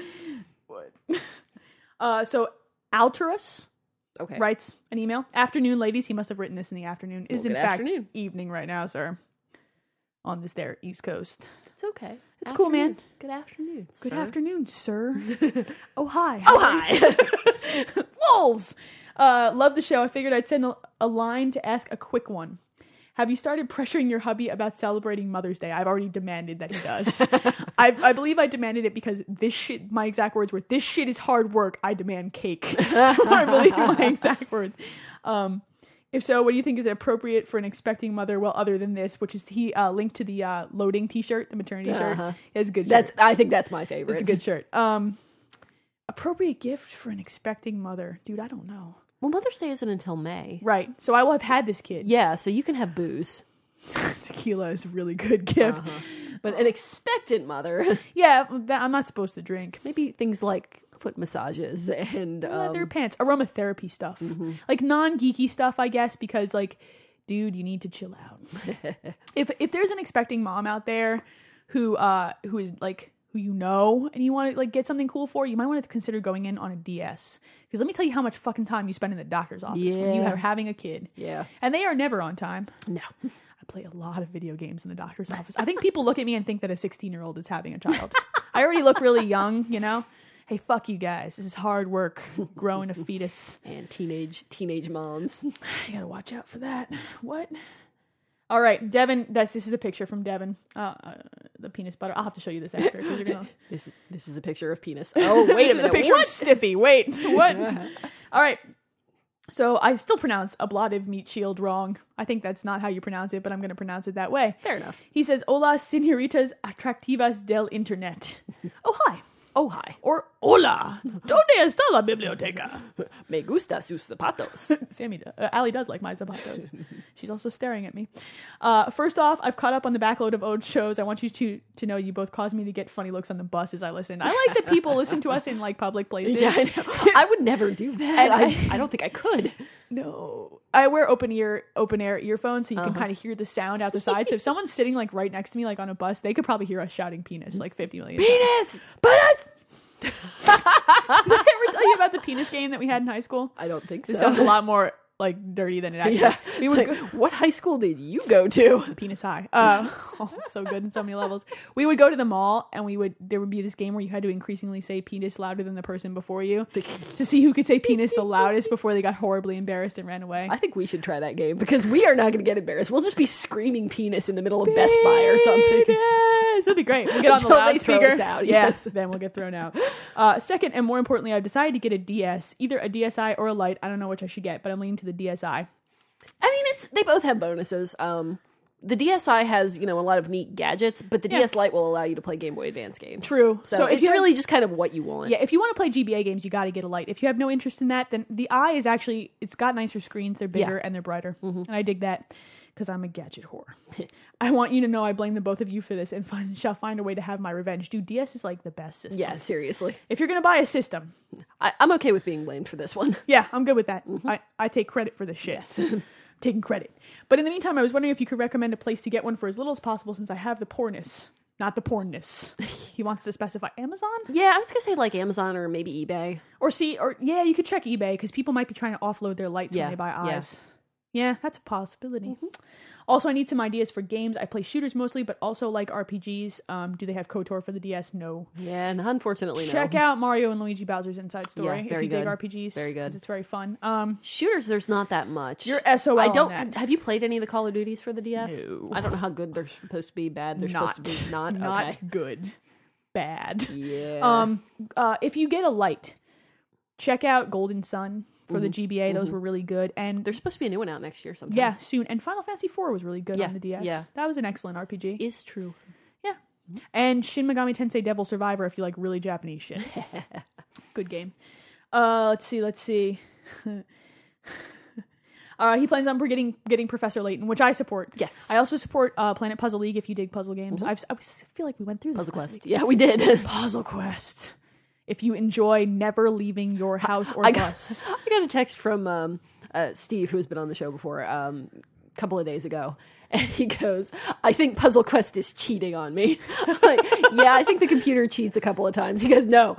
Speaker 1: Uh, so Alterus
Speaker 2: Okay.
Speaker 1: writes an email. Afternoon, ladies. He must have written this in the afternoon. It is
Speaker 2: Well,
Speaker 1: in
Speaker 2: good
Speaker 1: fact
Speaker 2: afternoon.
Speaker 1: evening right now, sir. On this there East Coast.
Speaker 2: It's okay.
Speaker 1: It's cool, man.
Speaker 2: Afternoon. Good afternoon.
Speaker 1: Good
Speaker 2: sir.
Speaker 1: afternoon, sir. oh hi.
Speaker 2: Oh hi.
Speaker 1: Wolves. Uh, love the show. I figured I'd send a, a line to ask a quick one. Have you started pressuring your hubby about celebrating Mother's Day? I've already demanded that he does. I, I believe I demanded it because this shit, my exact words were, this shit is hard work. I demand cake. I believe my exact words. Um, if so, what do you think is appropriate for an expecting mother? Well, other than this, which is he uh, linked to the uh, loading t shirt, the maternity
Speaker 2: Uh-huh.
Speaker 1: shirt. It's a good shirt.
Speaker 2: That's. I think that's my favorite.
Speaker 1: It's a good shirt. Um, appropriate gift for an expecting mother, dude. I don't know.
Speaker 2: Well, Mother's Day isn't until May.
Speaker 1: Right. So I will have had this kid.
Speaker 2: Yeah, so you can have booze,
Speaker 1: Tequila is a really good gift.
Speaker 2: Uh-huh. but an expectant mother,
Speaker 1: Yeah, that, I'm not supposed to drink.
Speaker 2: maybe things like foot massages and um, mm-hmm.
Speaker 1: Leather pants, aromatherapy stuff, like non geeky stuff, I guess, because like, dude, you need to chill out. if if there's an expecting mom out there who uh who is like who you know and you want to like get something cool for, you might want to consider going in on a DS because let me tell you how much fucking time you spend in the doctor's office when you
Speaker 2: Yeah.
Speaker 1: are having a kid.
Speaker 2: yeah,
Speaker 1: And they are never on time.
Speaker 2: no,
Speaker 1: I play a lot of video games in the doctor's office. I think people look at me and think that a 16 year old is having a child. I already look really young, you know? Hey, fuck you guys. This is hard work growing a fetus.
Speaker 2: and teenage teenage moms.
Speaker 1: You gotta watch out for that. What? All right, Devin. That's, this is a picture from Devin. Uh, uh, the penis butter. I'll have to show you this after because you're gonna.
Speaker 2: This this is a picture of penis. Oh wait
Speaker 1: this
Speaker 2: a
Speaker 1: is
Speaker 2: minute,
Speaker 1: a picture
Speaker 2: what?
Speaker 1: of Stiffy. Wait, what? All right. So I still pronounce ablative meat shield wrong. I think that's not how you pronounce it, but I'm going to pronounce it that way.
Speaker 2: Fair enough.
Speaker 1: He says, "Hola, señoritas atractivas del internet." oh hi,
Speaker 2: Oh hi,
Speaker 1: or "Hola, dónde está la biblioteca?"
Speaker 2: me gusta sus zapatos.
Speaker 1: Sammy, uh, Allie does like my zapatos. She's also staring at me. Uh, first off, I've caught up on the backload of old shows. I want you to to know you both caused me to get funny looks on the bus as I listened. I like that people listen to us in like public places.
Speaker 2: yeah, I know. I would never do that.
Speaker 1: And
Speaker 2: I,
Speaker 1: I-
Speaker 2: just- I don't think I could.
Speaker 1: No, I wear open ear open air earphones, so you
Speaker 2: Uh-huh.
Speaker 1: can kind of hear the sound out the side. so if someone's sitting like right next to me, like on a bus, they could probably hear us shouting "penis" like fifty million. times.
Speaker 2: Penis.
Speaker 1: Penis. Did I ever tell you about the penis game that we had in high school?
Speaker 2: I don't think
Speaker 1: It
Speaker 2: so.
Speaker 1: sounds a lot more like dirty than it actually.
Speaker 2: Yeah,
Speaker 1: we
Speaker 2: we
Speaker 1: would
Speaker 2: like,
Speaker 1: go,
Speaker 2: What high school did you go to?
Speaker 1: penis high. Uh, oh, so good in so many levels. We would go to the mall and we would there would be this game where you had to increasingly say penis louder than the person before you to see who could say penis the loudest before they got horribly embarrassed and ran away.
Speaker 2: I think we should try that game because we are not going to get embarrassed. We'll just be screaming penis in the middle of Best Buy or something.
Speaker 1: Yes, it'd be great. We'll get on the
Speaker 2: Until they throw
Speaker 1: loudspeaker.
Speaker 2: us out,
Speaker 1: Yes, then we'll get thrown out. Uh, second, and more importantly, I've decided to get a DS, either a DSi or a Lite. I don't know which I should get, but I'm leaning to the DSi.
Speaker 2: I mean, it's they both have bonuses. Um, the DSi has you know a lot of neat gadgets, but the
Speaker 1: Yeah.
Speaker 2: DS Lite will allow you to play Game Boy Advance games.
Speaker 1: True.
Speaker 2: So,
Speaker 1: So if
Speaker 2: it's
Speaker 1: you have-
Speaker 2: really just kind of what you want.
Speaker 1: Yeah, if you want to play GBA games, you got to get a Lite. If you have no interest in that, then the Eye is actually it's got nicer screens. They're bigger
Speaker 2: Yeah. Mm-hmm.
Speaker 1: and they're brighter, and I dig that because I'm a gadget whore. I want you to know I blame the both of you for this, and find, shall find a way to have my revenge. Dude, DS is like the best system.
Speaker 2: Yeah, seriously,
Speaker 1: If you're gonna buy a system,
Speaker 2: I, I'm okay with being blamed for this one.
Speaker 1: Yeah, I'm good with that.
Speaker 2: Mm-hmm.
Speaker 1: I, I take credit for this shit. I'm taking credit. But in the meantime, I was wondering if you could recommend a place to get one for as little as possible since I have the poorness. Not the pornness. he wants to specify Amazon?
Speaker 2: Yeah, I was gonna say like Amazon or maybe eBay.
Speaker 1: Or see, or yeah, you could check eBay because people might be trying to offload their lights
Speaker 2: Yeah,
Speaker 1: when they buy
Speaker 2: yeah. Mm-hmm.
Speaker 1: eyes. Yeah, that's a possibility. Also, I need some ideas for games. I play shooters mostly, but also like RPGs. Um, do they have KOTOR for the DS? No.
Speaker 2: Yeah, and unfortunately, no.
Speaker 1: Check out Mario and Luigi Bowser's Inside Story if
Speaker 2: very
Speaker 1: you
Speaker 2: good.
Speaker 1: dig RPGs.
Speaker 2: Very good.
Speaker 1: 'cause It's very fun. Um,
Speaker 2: shooters. There's not that much.
Speaker 1: You're SOL
Speaker 2: I
Speaker 1: on
Speaker 2: don't.
Speaker 1: that.
Speaker 2: Have you played any of the Call of Duties for the DS?
Speaker 1: No.
Speaker 2: I don't know how good they're supposed to be. Bad. They're
Speaker 1: not
Speaker 2: supposed to be not.
Speaker 1: not
Speaker 2: Okay.
Speaker 1: good bad
Speaker 2: Yeah.
Speaker 1: um uh if you get a light check out golden sun for the gba those were really good and
Speaker 2: Mm-hmm. There's supposed to be a new one out next year sometime.
Speaker 1: yeah soon and final fantasy IV was really good
Speaker 2: Yeah,
Speaker 1: on the ds
Speaker 2: yeah.
Speaker 1: that was an excellent rpg
Speaker 2: Is true.
Speaker 1: yeah and shin megami tensei devil survivor if you like really japanese shit good game uh let's see let's see Uh, he plans on getting getting Professor Layton, which I support.
Speaker 2: Yes. Mm-hmm.
Speaker 1: I also support uh, Planet Puzzle League if you dig puzzle games. I've, I feel like we went through this
Speaker 2: Puzzle
Speaker 1: last
Speaker 2: Quest.
Speaker 1: week.
Speaker 2: Yeah, we did.
Speaker 1: Puzzle Quest. If you enjoy never leaving your house or
Speaker 2: I
Speaker 1: bus,
Speaker 2: got, I got a text from um, uh, Steve, who's been on the show before, um, a couple of days ago. And he goes, I think Puzzle Quest is cheating on me. I'm like, yeah, I think the computer cheats a couple of times. He goes, no,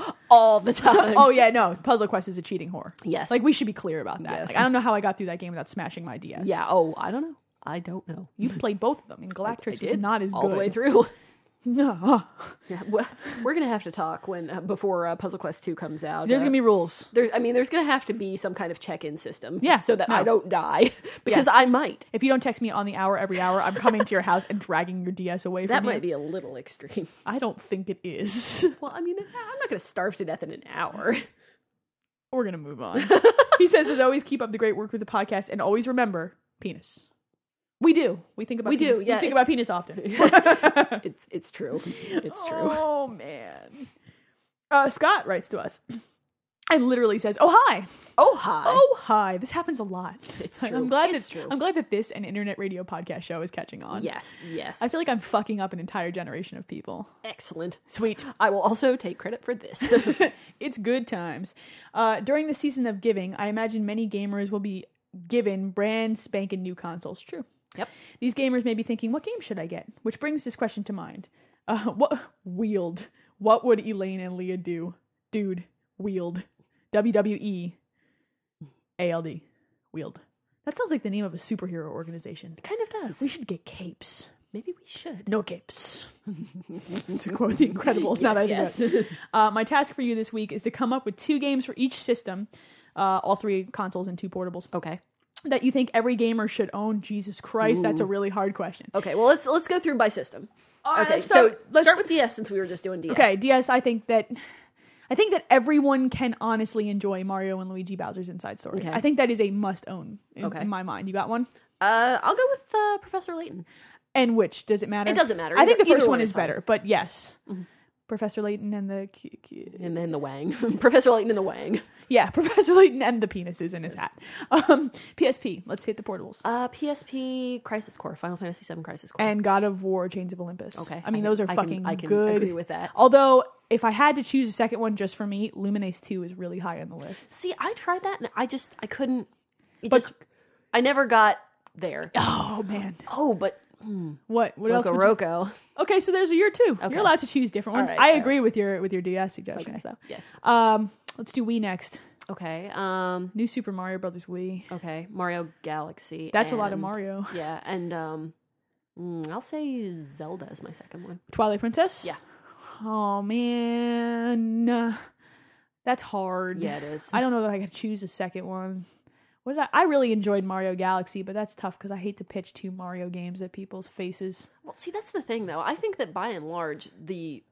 Speaker 2: all the time.
Speaker 1: oh yeah, no, Puzzle Quest is a cheating whore.
Speaker 2: Yes.
Speaker 1: like we should be clear about that.
Speaker 2: Yes.
Speaker 1: Like I don't know how I got through that game without smashing my DS.
Speaker 2: yeah. Oh, I don't know. I don't know.
Speaker 1: you played both of them, and Galactrix was not as
Speaker 2: all
Speaker 1: good
Speaker 2: the way through.
Speaker 1: No,
Speaker 2: Yeah, well, we're gonna have to talk when uh, before uh, Puzzle Quest Two comes out.
Speaker 1: there's
Speaker 2: Uh,
Speaker 1: gonna be rules.
Speaker 2: there, I mean, there's gonna have to be some kind of check-in system.
Speaker 1: Yeah,
Speaker 2: so that I
Speaker 1: no.
Speaker 2: don't die because I might.
Speaker 1: If you don't text me on the hour every hour, I'm coming to your house and dragging your DS away from
Speaker 2: That
Speaker 1: you.
Speaker 2: might be a little extreme.
Speaker 1: I don't think it is.
Speaker 2: Well, I mean, I'm not gonna starve to death in an hour.
Speaker 1: We're gonna move on. he says, as always, keep up the great work with the podcast, and always remember penis. We do. We think about
Speaker 2: We do,
Speaker 1: penis.
Speaker 2: yeah,
Speaker 1: we think
Speaker 2: it's-
Speaker 1: about penis often.
Speaker 2: It's it's true. It's true.
Speaker 1: Oh man. Uh, Scott writes to us and literally says, "Oh hi,
Speaker 2: Oh hi.
Speaker 1: oh hi." This happens a lot.
Speaker 2: It's
Speaker 1: Like,
Speaker 2: true.
Speaker 1: I'm glad
Speaker 2: It's
Speaker 1: that
Speaker 2: true.
Speaker 1: I'm glad that this and internet radio podcast show is catching on.
Speaker 2: yes, yes.
Speaker 1: I feel like I'm fucking up an entire generation of people.
Speaker 2: excellent.
Speaker 1: Sweet.
Speaker 2: I will also take credit for this.
Speaker 1: it's good times. Uh, during the season of giving, I imagine many gamers will be given brand spanking new consoles. True.
Speaker 2: Yep.
Speaker 1: These gamers may be thinking, what game should I get? Which brings this question to mind. Uh, what wield? What would Elaine and Leah do? Dude, wield. E, WWE ALD. Wield. That sounds like the name of a superhero organization.
Speaker 2: kind of does.
Speaker 1: We should get capes.
Speaker 2: Maybe we should.
Speaker 1: No capes. to quote The Incredibles. not
Speaker 2: Yes,
Speaker 1: yes. Uh, my task for you this week is to come up with two games for each system, uh, all three consoles and two portables,
Speaker 2: Okay.
Speaker 1: that you think every gamer should own. Jesus Christ, that's a really hard question.
Speaker 2: Okay. Well, let's let's go through by system.
Speaker 1: right,
Speaker 2: okay.
Speaker 1: let's start-
Speaker 2: so
Speaker 1: let's-
Speaker 2: start with DS since we were just doing DS.
Speaker 1: Okay, DS. I think that I think that everyone can honestly enjoy Mario and Luigi Bowser's Inside Story.
Speaker 2: Okay.
Speaker 1: I think that is a must own in,
Speaker 2: Okay.
Speaker 1: in my mind. You got one,
Speaker 2: Uh, I'll go with uh, Professor Layton.
Speaker 1: and which does it matter?
Speaker 2: It doesn't matter.
Speaker 1: I think
Speaker 2: Either-
Speaker 1: the first
Speaker 2: either
Speaker 1: one
Speaker 2: one
Speaker 1: is
Speaker 2: is fine. Mm-hmm.
Speaker 1: better, but yes. Professor Layton and the cu- cu-
Speaker 2: And then the Wang. Professor Layton and the Wang.
Speaker 1: yeah, Professor Layton and the penises in his hat. Um, PSP. Let's hit the portables.
Speaker 2: Uh, PSP Crisis Core, Final Fantasy VII Crisis Core.
Speaker 1: and God of War, Chains of Olympus.
Speaker 2: Okay,
Speaker 1: I mean
Speaker 2: I
Speaker 1: those are
Speaker 2: can- I can-
Speaker 1: fucking
Speaker 2: I can
Speaker 1: good.
Speaker 2: agree with that.
Speaker 1: Although, if I had to choose a second one just for me, Lumines Two is really high on the list.
Speaker 2: See, I tried that and I just I couldn't. It
Speaker 1: But-
Speaker 2: just I never got there.
Speaker 1: Oh man,
Speaker 2: Oh, but
Speaker 1: what? What else?
Speaker 2: Loco
Speaker 1: would you-
Speaker 2: Roco.
Speaker 1: okay, so there's your two.
Speaker 2: Okay.
Speaker 1: You're allowed to choose different ones.
Speaker 2: right,
Speaker 1: I
Speaker 2: all
Speaker 1: agree with your with your DS suggestions
Speaker 2: Okay.
Speaker 1: though.
Speaker 2: Yes.
Speaker 1: Um, let's do Wii next.
Speaker 2: Okay. Um.
Speaker 1: New Super Mario Brothers Wii.
Speaker 2: Okay. Mario Galaxy.
Speaker 1: That's a lot of
Speaker 2: and-
Speaker 1: Mario.
Speaker 2: Yeah, and um, mm, I'll say Zelda is my second one.
Speaker 1: Twilight Princess.
Speaker 2: Yeah.
Speaker 1: Oh man, that's hard.
Speaker 2: Yeah, it is.
Speaker 1: I don't know that I could choose a second one. What did I, I really enjoyed Mario Galaxy, but that's tough because I hate to pitch two Mario games at people's faces.
Speaker 2: Well, see, that's the thing, though. I think that by and large, the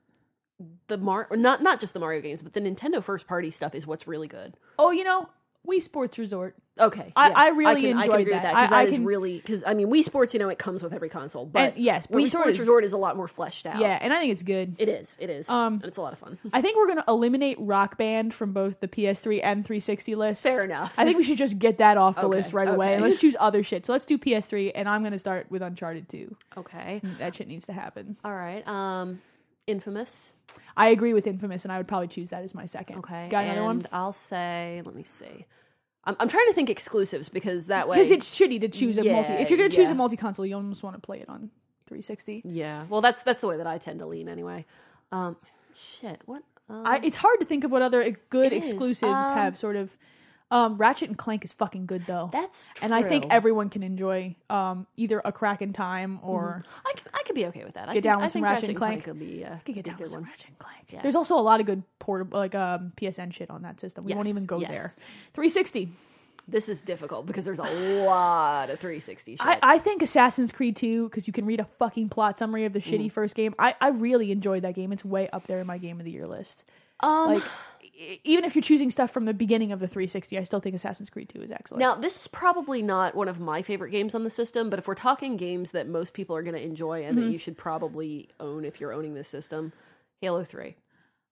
Speaker 2: the Mar or not not just the Mario games, but the Nintendo first party stuff is what's really good.
Speaker 1: Oh, you know, Wii Sports Resort.
Speaker 2: Okay,
Speaker 1: I-
Speaker 2: yeah.
Speaker 1: I really
Speaker 2: can, I can
Speaker 1: enjoyed
Speaker 2: agree with
Speaker 1: that.
Speaker 2: that 'cause
Speaker 1: I- I
Speaker 2: that is
Speaker 1: can-
Speaker 2: really because I mean Wii Sports, you know, it comes with every console, but
Speaker 1: And- yes, but
Speaker 2: Wii,
Speaker 1: Wii Sport
Speaker 2: Sports
Speaker 1: is-
Speaker 2: Resort is a lot more fleshed out.
Speaker 1: Yeah, and I think it's good.
Speaker 2: Oh. it is. It is.
Speaker 1: Um,
Speaker 2: and it's a lot of fun.
Speaker 1: I think we're going to eliminate Rock Band from both the PS3 and 360 lists.
Speaker 2: Fair enough.
Speaker 1: I think we should just get that off the list right away
Speaker 2: okay.
Speaker 1: and let's choose other shit. So let's do PS3, and I'm going to start with Uncharted 2.
Speaker 2: Okay,
Speaker 1: That shit needs to happen.
Speaker 2: all right. Um, Infamous.
Speaker 1: I agree with Infamous, and I would probably choose that as my second.
Speaker 2: Okay,
Speaker 1: Got another one?
Speaker 2: and I'll say, let me see. I'm, I'm trying to think exclusives because that way
Speaker 1: Because it's shitty to choose a multi.
Speaker 2: Yeah,
Speaker 1: If you're going to choose
Speaker 2: yeah.
Speaker 1: a multi console, you almost want to play it on 360.
Speaker 2: Yeah. Well, that's that's the way that I tend to lean anyway. Um, shit. What? Um,
Speaker 1: I, it's hard to think of what other eh, good
Speaker 2: It is.
Speaker 1: exclusives
Speaker 2: Um,
Speaker 1: have sort of. Um, Ratchet and Clank is fucking good though.
Speaker 2: that's true.
Speaker 1: and I think everyone can enjoy um, either a crack in time or
Speaker 2: I could, I could be okay with that. I
Speaker 1: Get
Speaker 2: think,
Speaker 1: down with
Speaker 2: I
Speaker 1: some
Speaker 2: think
Speaker 1: Ratchet and Clank.
Speaker 2: Could be. Uh,
Speaker 1: I could get
Speaker 2: be a
Speaker 1: down
Speaker 2: good
Speaker 1: with some
Speaker 2: one.
Speaker 1: Ratchet and Clank.
Speaker 2: Yes.
Speaker 1: There's also a lot of good portable like um, PSN shit on that system. We won't
Speaker 2: Yes,
Speaker 1: even go
Speaker 2: yes.
Speaker 1: there. 360.
Speaker 2: This is difficult because there's a lot of 360 shit.
Speaker 1: I, I think Assassin's Creed 2 because you can read a fucking plot summary of the
Speaker 2: Mm.
Speaker 1: shitty first game. I, I really enjoyed that game. It's way up there in my game of the year list.
Speaker 2: um,
Speaker 1: like e- even if you're choosing stuff from the beginning of the 360 i still think assassin's creed 2 is excellent
Speaker 2: now this is probably not one of my favorite games on the system, but if we're talking games that most
Speaker 1: Mm-hmm.
Speaker 2: people are going to enjoy and that you should probably own if you're owning this system, Halo Three.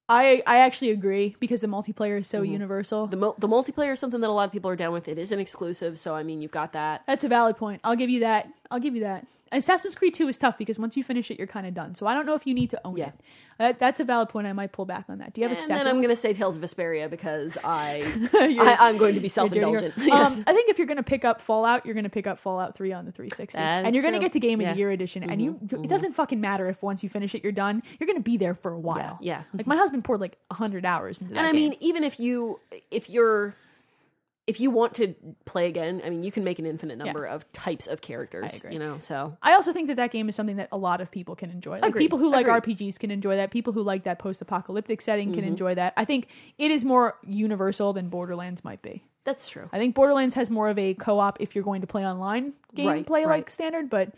Speaker 1: I I actually agree because the multiplayer is so universal.
Speaker 2: Mm-hmm. The, mul- the multiplayer is something that a lot of people are down with. It is an exclusive, so I mean, you've got that.
Speaker 1: That's a valid point. I'll give you that. I'll give you that. Assassin's Creed 2 is tough because once you finish it, you're kind of done. So I don't know if you need to own
Speaker 2: Yeah.
Speaker 1: it. That, that's a valid point. I might pull back on that. Do you have
Speaker 2: And
Speaker 1: a
Speaker 2: then
Speaker 1: second?
Speaker 2: I'm going to say Tales of Vesperia because I,
Speaker 1: You're-
Speaker 2: I I'm going to be
Speaker 1: You're dirty
Speaker 2: self-indulgent.
Speaker 1: girl.
Speaker 2: Yes.
Speaker 1: Um, I think if you're going to pick up Fallout, you're going to pick up Fallout 3 on the 360,
Speaker 2: That is
Speaker 1: and you're going to
Speaker 2: true.
Speaker 1: get the Game of
Speaker 2: Yeah. Mm-hmm.
Speaker 1: the Year edition. And you, you- it doesn't fucking matter if once you finish it, you're done. You're going to be there for a while.
Speaker 2: Yeah.
Speaker 1: Like my husband poured like hundred hours into that.
Speaker 2: and I
Speaker 1: game.
Speaker 2: mean, even if you if you're if you want to play again, I mean, you can make an infinite number of types of characters.
Speaker 1: I agree.
Speaker 2: You know, so
Speaker 1: I also think that that game is something that a lot of people can enjoy. Like
Speaker 2: Agreed.
Speaker 1: people who like
Speaker 2: Agreed. Mm-hmm.
Speaker 1: RPGs can enjoy that. People who like that post-apocalyptic setting can enjoy that. I think it is more universal than Borderlands might be.
Speaker 2: that's true.
Speaker 1: I think Borderlands has more of a co-op if you're going to play online gameplay
Speaker 2: Right,
Speaker 1: like
Speaker 2: right.
Speaker 1: standard, but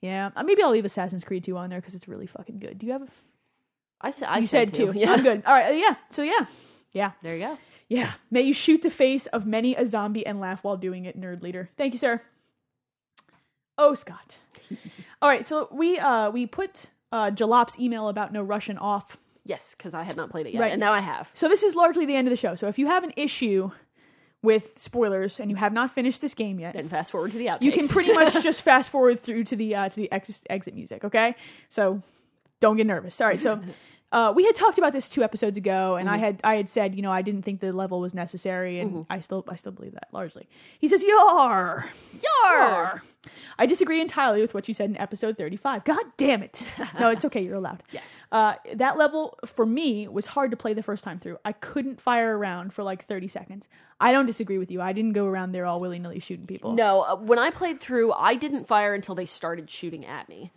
Speaker 1: yeah, Uh, maybe I'll leave Assassin's Creed 2 on there because it's really fucking good. Do you have? A,
Speaker 2: I, said I
Speaker 1: you said
Speaker 2: too.
Speaker 1: two.
Speaker 2: Yeah,
Speaker 1: I'm good. All right. uh, Yeah. So yeah, yeah,
Speaker 2: there you go.
Speaker 1: yeah. May you shoot the face of many a zombie and laugh while doing it, nerd leader. Thank you, sir. Oh, Scott. All right. So we uh we put uh Jalop's email about no Russian off.
Speaker 2: Yes, because I had not played it yet,
Speaker 1: Right.
Speaker 2: and now I have.
Speaker 1: So this is largely the end of the show. So if you have an issue with spoilers and you have not finished this game yet,
Speaker 2: Then fast forward to the outtakes.
Speaker 1: you can pretty much just fast forward through to the uh, to the ex- exit music. Okay, so don't get nervous. All right, so. Uh, we had talked about this two episodes ago, and I
Speaker 2: Mm-hmm.
Speaker 1: had I had said, you know, I didn't think the level was necessary, and I still I still believe that largely. He says, "Yar,
Speaker 2: Yarr!
Speaker 1: I disagree entirely with what you said in episode 35. God damn it. No, it's okay. You're allowed.
Speaker 2: Yes.
Speaker 1: Uh, that level, for me, was hard to play the first time through. I couldn't fire around for like 30 seconds. I don't disagree with you. I didn't go around there all willy nilly shooting people.
Speaker 2: No, uh, when I played through, I didn't fire until they started shooting at me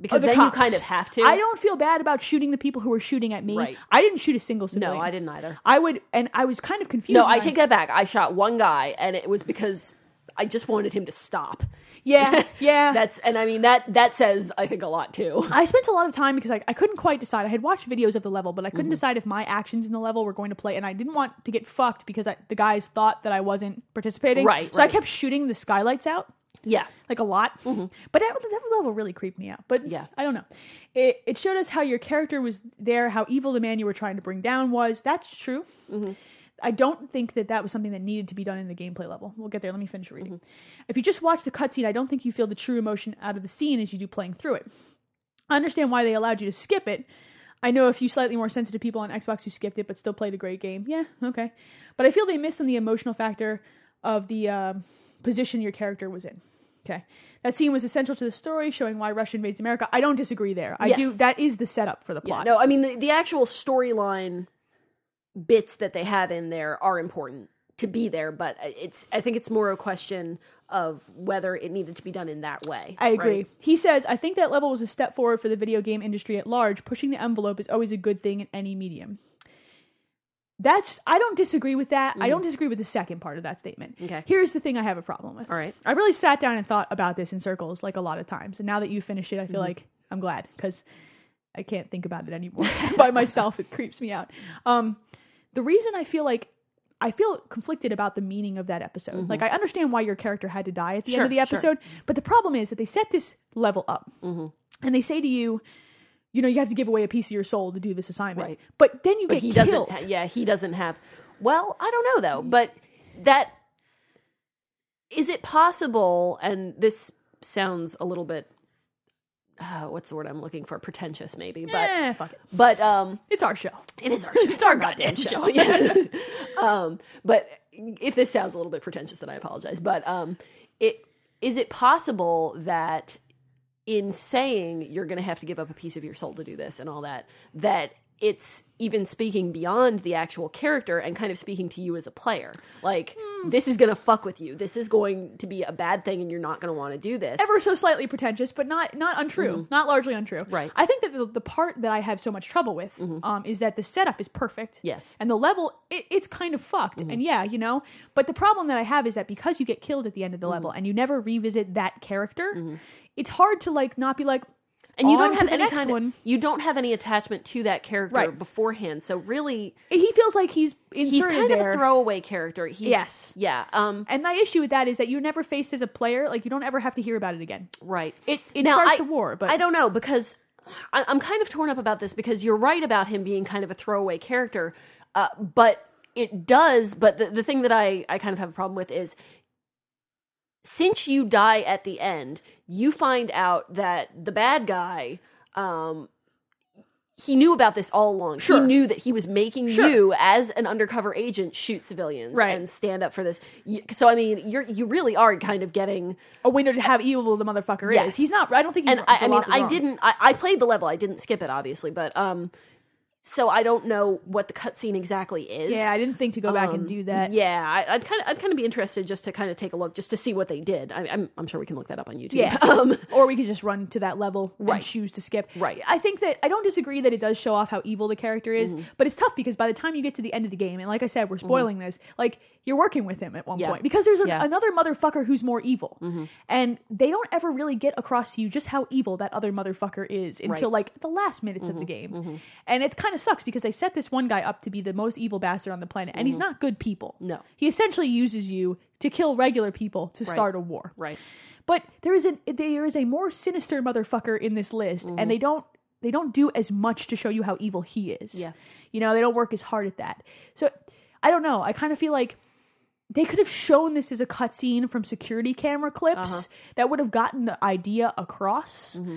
Speaker 2: because
Speaker 1: Oh, the
Speaker 2: then
Speaker 1: cops.
Speaker 2: you kind of have to.
Speaker 1: I don't feel bad about shooting the people who were shooting at me.
Speaker 2: Right.
Speaker 1: I didn't shoot a single
Speaker 2: No,
Speaker 1: civilian.
Speaker 2: I didn't either.
Speaker 1: I would, and I was kind of confused.
Speaker 2: No,
Speaker 1: when
Speaker 2: I take that back. I shot one guy, and it was because I just wanted him to stop.
Speaker 1: Yeah, yeah.
Speaker 2: That's and I mean that that says I think a lot too.
Speaker 1: I spent a lot of time because I, I couldn't quite decide. I had watched videos of the level, but I
Speaker 2: Mm-hmm.
Speaker 1: couldn't decide if my actions in the level were going to play, and I didn't want to get fucked because I, the guys thought that I wasn't participating.
Speaker 2: Right,
Speaker 1: So I
Speaker 2: right.
Speaker 1: kept shooting the skylights out
Speaker 2: Yeah,
Speaker 1: like a lot. But that, that level really creeped me out. But
Speaker 2: Yeah.
Speaker 1: I don't know. It, it showed us how your character was there, how evil the man you were trying to bring down was. That's true. I don't think that that was something that needed to be done in the gameplay level. We'll get there. Let me finish reading. If you just watch the cutscene, I don't think you feel the true emotion out of the scene as you do playing through it. I understand why they allowed you to skip it. I know a few slightly more sensitive people on Xbox who skipped it but still played a great game. Yeah, okay. But I feel they missed on the emotional factor of the um, position your character was in. Okay. That scene was essential to the story, showing why Russia invades America. I don't disagree there. I do.
Speaker 2: Yes.
Speaker 1: That is the setup for the
Speaker 2: yeah.
Speaker 1: plot.
Speaker 2: No, I mean the, the actual storyline bits that they have in there are important to be there, but it's I think it's more a question of whether it needed to be done in that way.
Speaker 1: I agree.
Speaker 2: right?
Speaker 1: He says, I think that level was a step forward for the video game industry at large. Pushing the envelope is always a good thing in any medium. That's I don't disagree with that. I don't disagree with the second part of that statement.
Speaker 2: Mm. Okay.
Speaker 1: Here's the thing I have a problem with.
Speaker 2: All right.
Speaker 1: I really sat down and thought about this in circles like a lot of times. And now that you finished it, I feel
Speaker 2: Mm-hmm.
Speaker 1: like I'm glad because I can't think about it anymore by myself. It creeps me out. Um, the reason I feel like I feel conflicted about the meaning of that episode. Like I understand why your character had to die at the end of the
Speaker 2: Mm-hmm. Sure, sure. Mm-hmm.
Speaker 1: episode, but the problem is that they set this level up, and they say to you, you know, you have to give away a piece of your soul to do this assignment.
Speaker 2: Right.
Speaker 1: But then you
Speaker 2: But
Speaker 1: get
Speaker 2: he
Speaker 1: killed.
Speaker 2: doesn't. Ha- yeah, he doesn't have. Well, I don't know though, but that is it possible? And this sounds a little bit. Uh, what's the word I'm looking for? Pretentious, maybe, but
Speaker 1: Eh, fuck it.
Speaker 2: but um,
Speaker 1: It's our show.
Speaker 2: it is our show.
Speaker 1: It's our goddamn show.
Speaker 2: Yeah. um, but if this sounds a little bit pretentious, then I apologize. But um, it is it possible that in saying you're going to have to give up a piece of your soul to do this and all that, that it's even speaking beyond the actual character and kind of speaking to you as a player. Like
Speaker 1: Hmm.
Speaker 2: this is going to fuck with you. This is going to be a bad thing, and you're not going to want to do this.
Speaker 1: ever so slightly pretentious, but not not untrue, not largely untrue.
Speaker 2: Mm-hmm. Right. Mm-hmm.
Speaker 1: I think that the, the part that I have so much trouble with um, is that the setup is perfect.
Speaker 2: Yes. Mm-hmm.
Speaker 1: And the level, it, it's kind of fucked. And yeah, you know. But the problem that I have is that because you get killed at the end of the
Speaker 2: Mm-hmm.
Speaker 1: level and you never revisit that character, it's hard to like not be like.
Speaker 2: and you
Speaker 1: on
Speaker 2: don't
Speaker 1: to
Speaker 2: have
Speaker 1: the
Speaker 2: any
Speaker 1: next
Speaker 2: kind
Speaker 1: one.
Speaker 2: of you don't have any attachment to that character
Speaker 1: Right.
Speaker 2: beforehand. So really,
Speaker 1: He feels like he's inserted
Speaker 2: he's kind
Speaker 1: there.
Speaker 2: of a throwaway character. He's,
Speaker 1: Yes.
Speaker 2: Yeah. Um.
Speaker 1: and my issue with that is that you're never faced as a player. Like you don't ever have to hear about it again.
Speaker 2: Right.
Speaker 1: It- it
Speaker 2: Now,
Speaker 1: starts
Speaker 2: I-
Speaker 1: the war, but-
Speaker 2: I don't know because I, I'm kind of torn up about this because you're right about him being kind of a throwaway character, uh, but it does. But the, the thing that I, I kind of have a problem with is since you die at the end, you find out that the bad guy. Um, he knew about this all along.
Speaker 1: Sure.
Speaker 2: He knew that he was making
Speaker 1: Sure.
Speaker 2: you, as an undercover agent, shoot civilians
Speaker 1: Right.
Speaker 2: and stand up for this. You, so I mean, you're you really are kind of getting
Speaker 1: a window to have evil the motherfucker is.
Speaker 2: Uh, Yes.
Speaker 1: He's not. I don't think. He's
Speaker 2: and I, I
Speaker 1: Jalop
Speaker 2: mean,
Speaker 1: is
Speaker 2: I
Speaker 1: wrong.
Speaker 2: didn't. I, I played the level. I didn't skip it, obviously, but um, so I don't know what the cutscene exactly is.
Speaker 1: Yeah, I didn't think to go back and do that.
Speaker 2: Um, Yeah, I, I'd kind of, I'd kind of be interested just to kind of take a look, just to see what they did. I, I'm, I'm sure we can look that up on YouTube.
Speaker 1: Yeah.
Speaker 2: um,
Speaker 1: or we could just run to that level
Speaker 2: Right.
Speaker 1: and choose to skip.
Speaker 2: Right.
Speaker 1: I think that I don't disagree that it does show off how evil the character is,
Speaker 2: Mm-hmm.
Speaker 1: but it's tough because by the time you get to the end of the game, and like I said, we're spoiling this, like you're working with him at one
Speaker 2: Yeah.
Speaker 1: point because there's a,
Speaker 2: Yeah. Mm-hmm.
Speaker 1: another motherfucker who's more evil, and they don't ever really get across to you just how evil that other motherfucker is until like the last minutes of the
Speaker 2: Mm-hmm.
Speaker 1: game, and it kind of sucks because they set this one guy up to be the most evil bastard on the planet, and he's not good people.
Speaker 2: Mm-hmm. No.
Speaker 1: he essentially uses you to kill regular people to start a war.
Speaker 2: right.
Speaker 1: But there is an there is a more sinister motherfucker in this list,
Speaker 2: Mm-hmm.
Speaker 1: and they don't they don't do as much to show you how evil he is.
Speaker 2: Yeah.
Speaker 1: you know they don't work as hard at that. So I don't know. I kind of feel like they could have shown this as a cutscene from security camera clips
Speaker 2: Uh-huh.
Speaker 1: that would have gotten the idea across.
Speaker 2: Mm-hmm.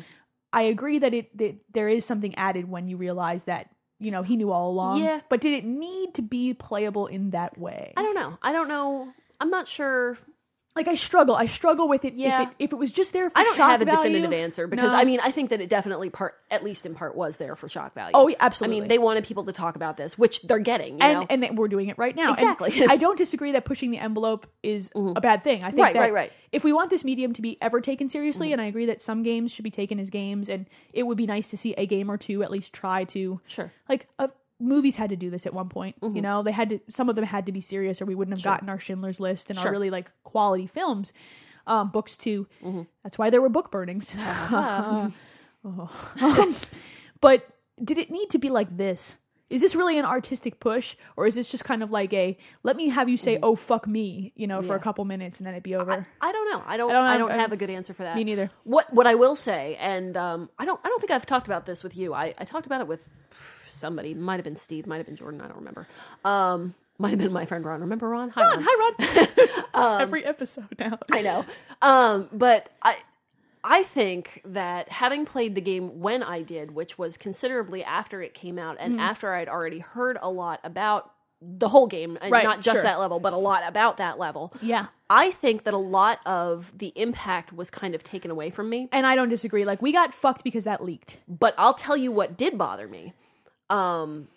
Speaker 1: I agree that it that there is something added when you realize that you know he knew all along.
Speaker 2: Yeah.
Speaker 1: but did it need to be playable in that way?
Speaker 2: I don't know. I don't know. I'm not sure.
Speaker 1: like I struggle. I struggle with it.
Speaker 2: Yeah.
Speaker 1: If it, if it was just there for
Speaker 2: I don't
Speaker 1: shock
Speaker 2: have a
Speaker 1: value,
Speaker 2: definitive answer because
Speaker 1: no.
Speaker 2: I mean I think that it definitely part at least in part was there for shock value.
Speaker 1: Oh, yeah,
Speaker 2: I
Speaker 1: absolutely.
Speaker 2: mean they wanted people to talk about this, which they're getting. You
Speaker 1: and
Speaker 2: know?
Speaker 1: and that we're doing it right now. And
Speaker 2: Exactly. Mm-hmm.
Speaker 1: I don't disagree that pushing the envelope is a bad thing. I think
Speaker 2: Right,
Speaker 1: that
Speaker 2: right, Mm-hmm. right.
Speaker 1: if we want this medium to be ever taken seriously, and I agree that some games should be taken as games, and it would be nice to see a game or two at least try to
Speaker 2: Sure. Mm-hmm.
Speaker 1: like uh, movies had to do this at one point. You know, they had to. Some of them had to be serious, or we wouldn't have gotten our Schindler's List and our
Speaker 2: Sure.
Speaker 1: really like quality films, um, books too.
Speaker 2: Mm-hmm.
Speaker 1: That's why there were book burnings.
Speaker 2: Uh-huh.
Speaker 1: Um, but did it need to be like this? Is this really an artistic push, or is this just kind of like a let me have you say "oh fuck me" you know for a couple minutes and then it be over?
Speaker 2: I don't know. I don't. I
Speaker 1: don't
Speaker 2: don't,
Speaker 1: know.
Speaker 2: have a good answer for that.
Speaker 1: Me neither.
Speaker 2: What What I will say, and um, I don't. I don't think I've talked about this with you. I, I talked about it with somebody. Might have been Steve. Might have been Jordan. I don't remember. Um, might have been my friend Ron. Remember Ron? Hi, Ron. Um,
Speaker 1: Hi, Ron. Um, Every episode now.
Speaker 2: I know. Um, but I I think that having played the game when I did, which was considerably after it came out and after I'd already heard a lot about the whole game and
Speaker 1: Right,
Speaker 2: not just
Speaker 1: sure.
Speaker 2: that level, but a lot about that level.
Speaker 1: Yeah.
Speaker 2: I think that a lot of the impact was kind of taken away from me.
Speaker 1: And I don't disagree. Like we got fucked because that leaked.
Speaker 2: But I'll tell you what did bother me. Um,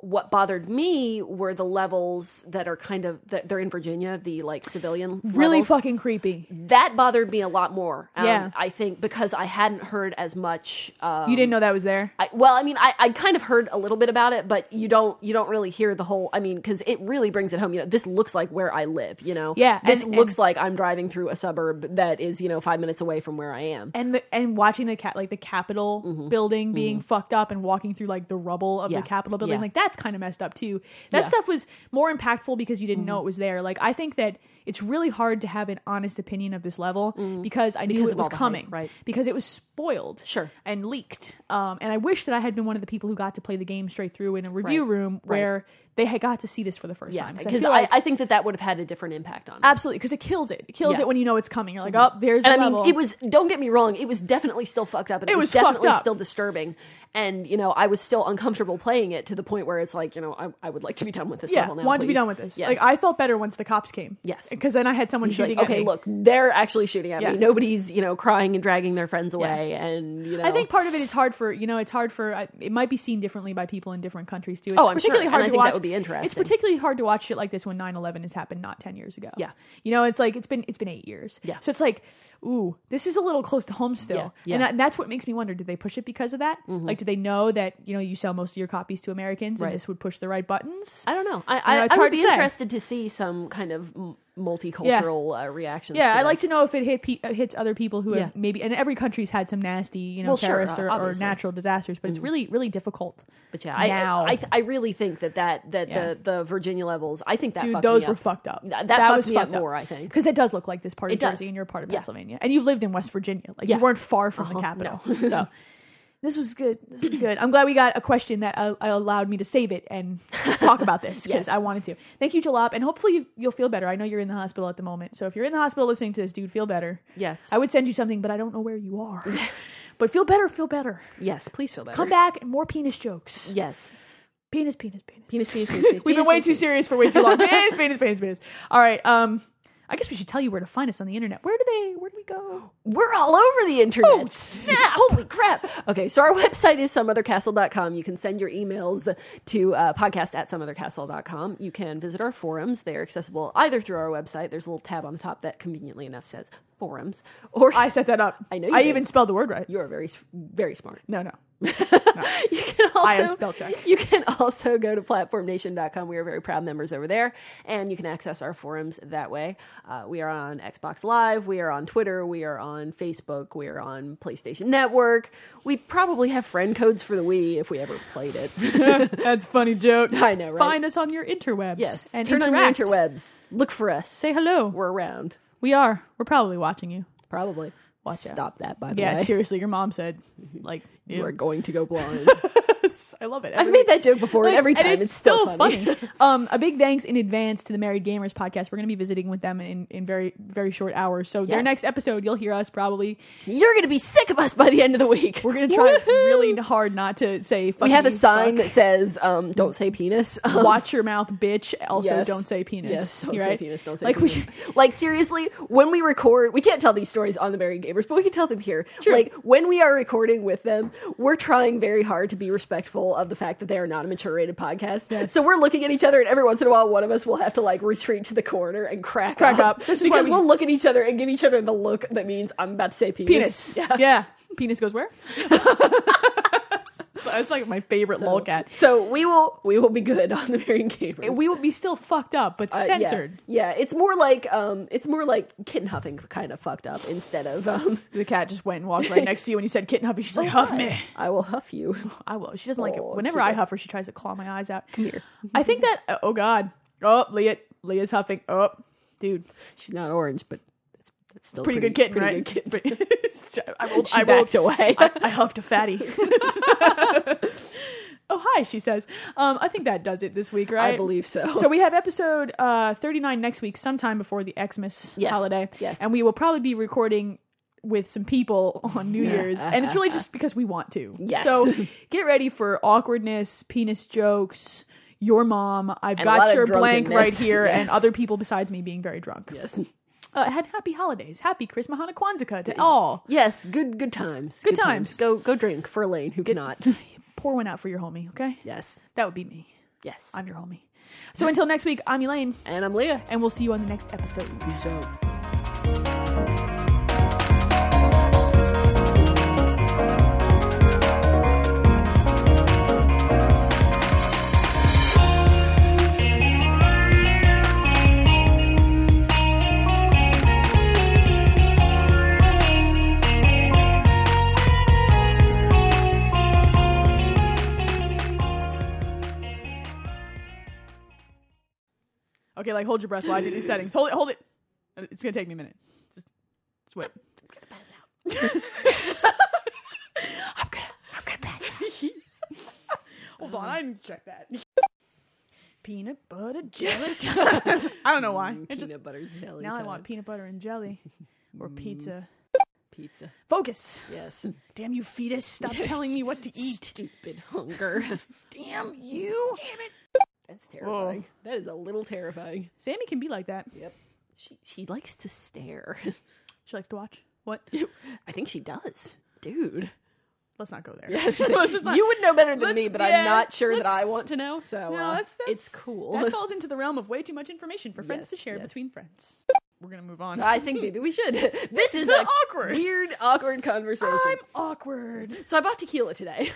Speaker 2: what bothered me were the levels that are kind of that they're in Virginia, the like civilian
Speaker 1: Really
Speaker 2: levels
Speaker 1: fucking creepy.
Speaker 2: that bothered me a lot more. Um,
Speaker 1: Yeah.
Speaker 2: I think because I hadn't heard as much. Um,
Speaker 1: You didn't know that was there.
Speaker 2: I, well, I mean, I, I kind of heard a little bit about it, but you don't you don't really hear the whole. I mean, because it really brings it home. You know, this looks like where I live. You know,
Speaker 1: Yeah,
Speaker 2: this
Speaker 1: and-
Speaker 2: looks
Speaker 1: and-
Speaker 2: like I'm driving through a suburb that is you know five minutes away from where I am.
Speaker 1: and the, and watching the cat like the Capitol building being fucked up and walking through like the rubble of
Speaker 2: Mm-hmm. Yeah.
Speaker 1: the Capitol building,
Speaker 2: Yeah.
Speaker 1: like that's kind of messed up too. That
Speaker 2: Yeah. Mm-hmm.
Speaker 1: stuff was more impactful because you didn't know it was there. Like I think that it's really hard to have an honest opinion of this level because I knew
Speaker 2: Mm-hmm. Because
Speaker 1: it
Speaker 2: of
Speaker 1: was
Speaker 2: all the hype,
Speaker 1: coming,
Speaker 2: right.
Speaker 1: Because it was spoiled,
Speaker 2: Sure.
Speaker 1: and leaked. Um, and I wish that I had been one of the people who got to play the game straight through in a review
Speaker 2: Right.
Speaker 1: room where they had got to see this for the first
Speaker 2: Yeah,
Speaker 1: time.
Speaker 2: because
Speaker 1: feel
Speaker 2: I,
Speaker 1: like-
Speaker 2: I think that that would have had a different impact on. me.
Speaker 1: absolutely because it kills it. It kills
Speaker 2: Yeah. Mm-hmm.
Speaker 1: it when you know it's coming. You're like, oh, there's.
Speaker 2: And
Speaker 1: the
Speaker 2: I mean,
Speaker 1: level.
Speaker 2: it was. Don't get me wrong. It was definitely still fucked up. And it,
Speaker 1: It
Speaker 2: was,
Speaker 1: was fucked
Speaker 2: definitely
Speaker 1: up.
Speaker 2: still disturbing. And you know, I was still uncomfortable playing it to the point where it's like, you know, I, I would like to be done with this
Speaker 1: yeah,
Speaker 2: level now.
Speaker 1: want to be
Speaker 2: please.
Speaker 1: done with this.
Speaker 2: Yes.
Speaker 1: Like I felt better once the cops came.
Speaker 2: Yes.
Speaker 1: because then I had someone
Speaker 2: It's like,
Speaker 1: shooting. at
Speaker 2: okay,
Speaker 1: me.
Speaker 2: look, they're actually shooting at
Speaker 1: Yeah.
Speaker 2: me. Nobody's you know crying and dragging their friends away. And you know,
Speaker 1: I think part of it is hard for you know it's hard for I- it might be seen differently by people in different countries too. It's
Speaker 2: Oh, I'm sure,
Speaker 1: particularly
Speaker 2: and
Speaker 1: hard
Speaker 2: I
Speaker 1: to
Speaker 2: think that
Speaker 1: watch.
Speaker 2: would be
Speaker 1: It's
Speaker 2: interesting.
Speaker 1: particularly hard to watch shit like this when 9/11 has happened not 10 years ago.
Speaker 2: Yeah.
Speaker 1: you know it's like it's been it's been eight years.
Speaker 2: Yeah.
Speaker 1: so it's like ooh, this is a little close to home still,
Speaker 2: Yeah, yeah. Mm-hmm.
Speaker 1: And, that, and that's what makes me wonder: did they push it because of that? Like, did they know that you know you sell most of your copies to Americans
Speaker 2: Right.
Speaker 1: and this would push the right buttons?
Speaker 2: I don't know. I
Speaker 1: know,
Speaker 2: I,
Speaker 1: it's
Speaker 2: I would
Speaker 1: hard to
Speaker 2: be
Speaker 1: say.
Speaker 2: interested to see some kind of m- multicultural uh, reactions.
Speaker 1: Yeah,
Speaker 2: to
Speaker 1: I'd like
Speaker 2: this.
Speaker 1: to know if it hit pe- uh, hits other people who
Speaker 2: Yeah.
Speaker 1: have maybe, and every country's had some nasty, you know,
Speaker 2: Well, sure,
Speaker 1: terrorist or, or
Speaker 2: obviously. Mm.
Speaker 1: natural disasters, but it's really, really difficult.
Speaker 2: But yeah, I,
Speaker 1: now.
Speaker 2: I, I, I really think that that that
Speaker 1: Yeah.
Speaker 2: the the Virginia levels. I think that
Speaker 1: Dude,
Speaker 2: fucked
Speaker 1: those
Speaker 2: me
Speaker 1: were
Speaker 2: up.
Speaker 1: fucked up.
Speaker 2: Th- That, fucked me up more. I think.
Speaker 1: because it does look like this part of
Speaker 2: It does.
Speaker 1: Jersey and you're part of
Speaker 2: Yeah. Uh-huh.
Speaker 1: Pennsylvania, and you lived in West Virginia, like
Speaker 2: Yeah.
Speaker 1: you weren't far from the capital. so This was good. This was good. I'm glad we got a question that uh, allowed me to save it and talk about this because I wanted to. Thank you, Jalop, and hopefully you- you'll feel better. I know you're in the hospital at the moment, so if you're in the hospital listening to this, dude, feel better.
Speaker 2: Yes.
Speaker 1: I would send you something, but I don't know where you are. but feel better. Feel better.
Speaker 2: Yes, please feel better.
Speaker 1: Come back and more penis jokes.
Speaker 2: Yes.
Speaker 1: Penis, penis, penis.
Speaker 2: Penis, penis, penis. penis
Speaker 1: We've been
Speaker 2: penis,
Speaker 1: way too
Speaker 2: penis.
Speaker 1: serious for way too long. Penis, penis, penis, penis. All right. Um, I guess we should tell you where to find us on the internet. Where do they? Where do we go?
Speaker 2: We're all over the internet.
Speaker 1: Oh, snap.
Speaker 2: Holy crap. Okay, so our website is someothercastle.com. You can send your emails to uh, podcast at someothercastle.com. You can visit our forums. They're accessible either through our website. There's a little tab on the top that conveniently enough says forums. Or
Speaker 1: I set that up.
Speaker 2: I know you
Speaker 1: I
Speaker 2: did.
Speaker 1: even spelled the word right.
Speaker 2: you're very, s- very smart.
Speaker 1: No, no.
Speaker 2: you can also
Speaker 1: I am spell check.
Speaker 2: You can also go to platformnation.com. We are very proud members over there, and you can access our forums that way. Uh, we are on Xbox Live. We are on Twitter. We are on Facebook. We are on PlayStation Network. We probably have friend codes for the Wii if we ever played it.
Speaker 1: That's a funny joke.
Speaker 2: I know, right?
Speaker 1: Find us on your interwebs.
Speaker 2: yes,
Speaker 1: and
Speaker 2: turn
Speaker 1: interact.
Speaker 2: on your interwebs. Look for us.
Speaker 1: Say hello. We're,
Speaker 2: We're around.
Speaker 1: we are. we are probably watching you.
Speaker 2: Probably.
Speaker 1: Watch out.
Speaker 2: Stop that, by the
Speaker 1: Yeah,
Speaker 2: way.
Speaker 1: seriously. Your mom said, like,
Speaker 2: You are
Speaker 1: ew.
Speaker 2: going to go blind.
Speaker 1: I love it.
Speaker 2: I've made that joke before, and every time it's, still funny.
Speaker 1: um, a big thanks in advance to the Married Gamers podcast. We're going to be visiting with them in, in very very short hours. So their
Speaker 2: Yes.
Speaker 1: next episode, you'll hear us probably.
Speaker 2: You're going to be sick of us by the end of the week.
Speaker 1: We're going to try
Speaker 2: Woohoo!
Speaker 1: really hard not to say.
Speaker 2: We have a
Speaker 1: fuckity
Speaker 2: sign
Speaker 1: fuck.
Speaker 2: that says, um, "Don't say penis." Um,
Speaker 1: Watch your mouth, bitch. Also,
Speaker 2: yes.
Speaker 1: don't say penis.
Speaker 2: Yes, don't
Speaker 1: You're
Speaker 2: say
Speaker 1: right?
Speaker 2: penis. Don't say
Speaker 1: like
Speaker 2: penis.
Speaker 1: We should,
Speaker 2: like seriously, when we record, we can't tell these stories on the Married Gamers, but we can tell them here. Like when we are recording with them, we're trying very hard to be respectful of the fact that they are not a mature rated podcast. So we're looking at each other, and every once in a while, one of us will have to like retreat to the corner and crack,
Speaker 1: Crack up. This is why
Speaker 2: because
Speaker 1: we-
Speaker 2: will look at each other and give each other the look that means I'm about to say penis.
Speaker 1: penis. Yeah. Penis goes where? That's like my favorite
Speaker 2: So,
Speaker 1: lolcat.
Speaker 2: so we will we will be good on the Married Gamers.
Speaker 1: We would be still fucked up, but
Speaker 2: Uh, yeah.
Speaker 1: censored.
Speaker 2: Yeah. it's more like um, it's more like kitten huffing kind of fucked up instead of um,
Speaker 1: The cat just went and walked right next to you when you said kitten huffy. She's like, huff me.
Speaker 2: I will huff you.
Speaker 1: I will. She doesn't like it.
Speaker 2: Oh,
Speaker 1: Whenever
Speaker 2: cute.
Speaker 1: I huff her, she tries to claw my eyes out. Come
Speaker 2: here.
Speaker 1: I think that. uh, Oh God. Oh, Leah. Leah's huffing. Oh, dude.
Speaker 2: She's not orange, but it's, it's still
Speaker 1: Pretty,
Speaker 2: pretty,
Speaker 1: good kitten,
Speaker 2: pretty
Speaker 1: right?
Speaker 2: Good kitten.
Speaker 1: Pretty- I rolled.
Speaker 2: She
Speaker 1: I rolled.
Speaker 2: backed away.
Speaker 1: I, I huffed a fatty. oh hi, she says. Um, I think that does it this week, right?
Speaker 2: I believe so.
Speaker 1: So we have episode uh, 39 next week, sometime before the Xmas
Speaker 2: Yes.
Speaker 1: holiday.
Speaker 2: Yes.
Speaker 1: And we will probably be recording with some people on New Year's. and it's really just because we want to.
Speaker 2: Yes.
Speaker 1: So get ready for awkwardness, penis jokes, your mom, I've
Speaker 2: a lot
Speaker 1: got
Speaker 2: of
Speaker 1: your blank right
Speaker 2: drunkenness.
Speaker 1: here, and
Speaker 2: Yes.
Speaker 1: other people besides me being very drunk.
Speaker 2: yes,
Speaker 1: Uh, and happy holidays. Happy Christmas, Hana Kwanzaa to all.
Speaker 2: yes, good good times.
Speaker 1: Good times.
Speaker 2: Go go drink for Elaine who cannot.
Speaker 1: Pour one out for your homie, okay?
Speaker 2: yes,
Speaker 1: That would be me.
Speaker 2: yes.
Speaker 1: I'm your homie. So until next week, I'm Elaine,
Speaker 2: and I'm Leah.
Speaker 1: and we'll see you on the next episode.
Speaker 2: Peace out.
Speaker 1: Okay, like hold your breath while I do these settings. Hold it, hold it. It's gonna take me a minute. Just, just wait. I'm gonna pass out. I'm gonna, I'm gonna pass out. Hold on, I didn't check that. Peanut butter jelly. time. I don't know why. It
Speaker 2: Mm, Peanut
Speaker 1: just,
Speaker 2: butter jelly.
Speaker 1: now I
Speaker 2: time.
Speaker 1: want peanut butter and jelly or pizza.
Speaker 2: pizza.
Speaker 1: Focus.
Speaker 2: Yes.
Speaker 1: Damn you, fetus! Stop telling me what to eat.
Speaker 2: Stupid hunger.
Speaker 1: Damn you! Damn it!
Speaker 2: That's terrifying. That is a little terrifying.
Speaker 1: Sammy can be like that.
Speaker 2: Yep. She she likes to stare.
Speaker 1: She likes to watch. What?
Speaker 2: I think she does. Dude.
Speaker 1: Let's not go there.
Speaker 2: She's like,
Speaker 1: Let's just not-
Speaker 2: you would know better than
Speaker 1: let's-
Speaker 2: me, but
Speaker 1: yeah,
Speaker 2: I'm not sure that
Speaker 1: let's-
Speaker 2: I want to know. So
Speaker 1: No,
Speaker 2: uh,
Speaker 1: that's, that's
Speaker 2: it's cool.
Speaker 1: That falls into the realm of way too much information for friends to
Speaker 2: Yes,
Speaker 1: share
Speaker 2: yes.
Speaker 1: between friends. We're gonna move on.
Speaker 2: I think maybe we should. This is
Speaker 1: So
Speaker 2: a
Speaker 1: awkward.
Speaker 2: weird, awkward conversation.
Speaker 1: I'm awkward.
Speaker 2: so I bought tequila today.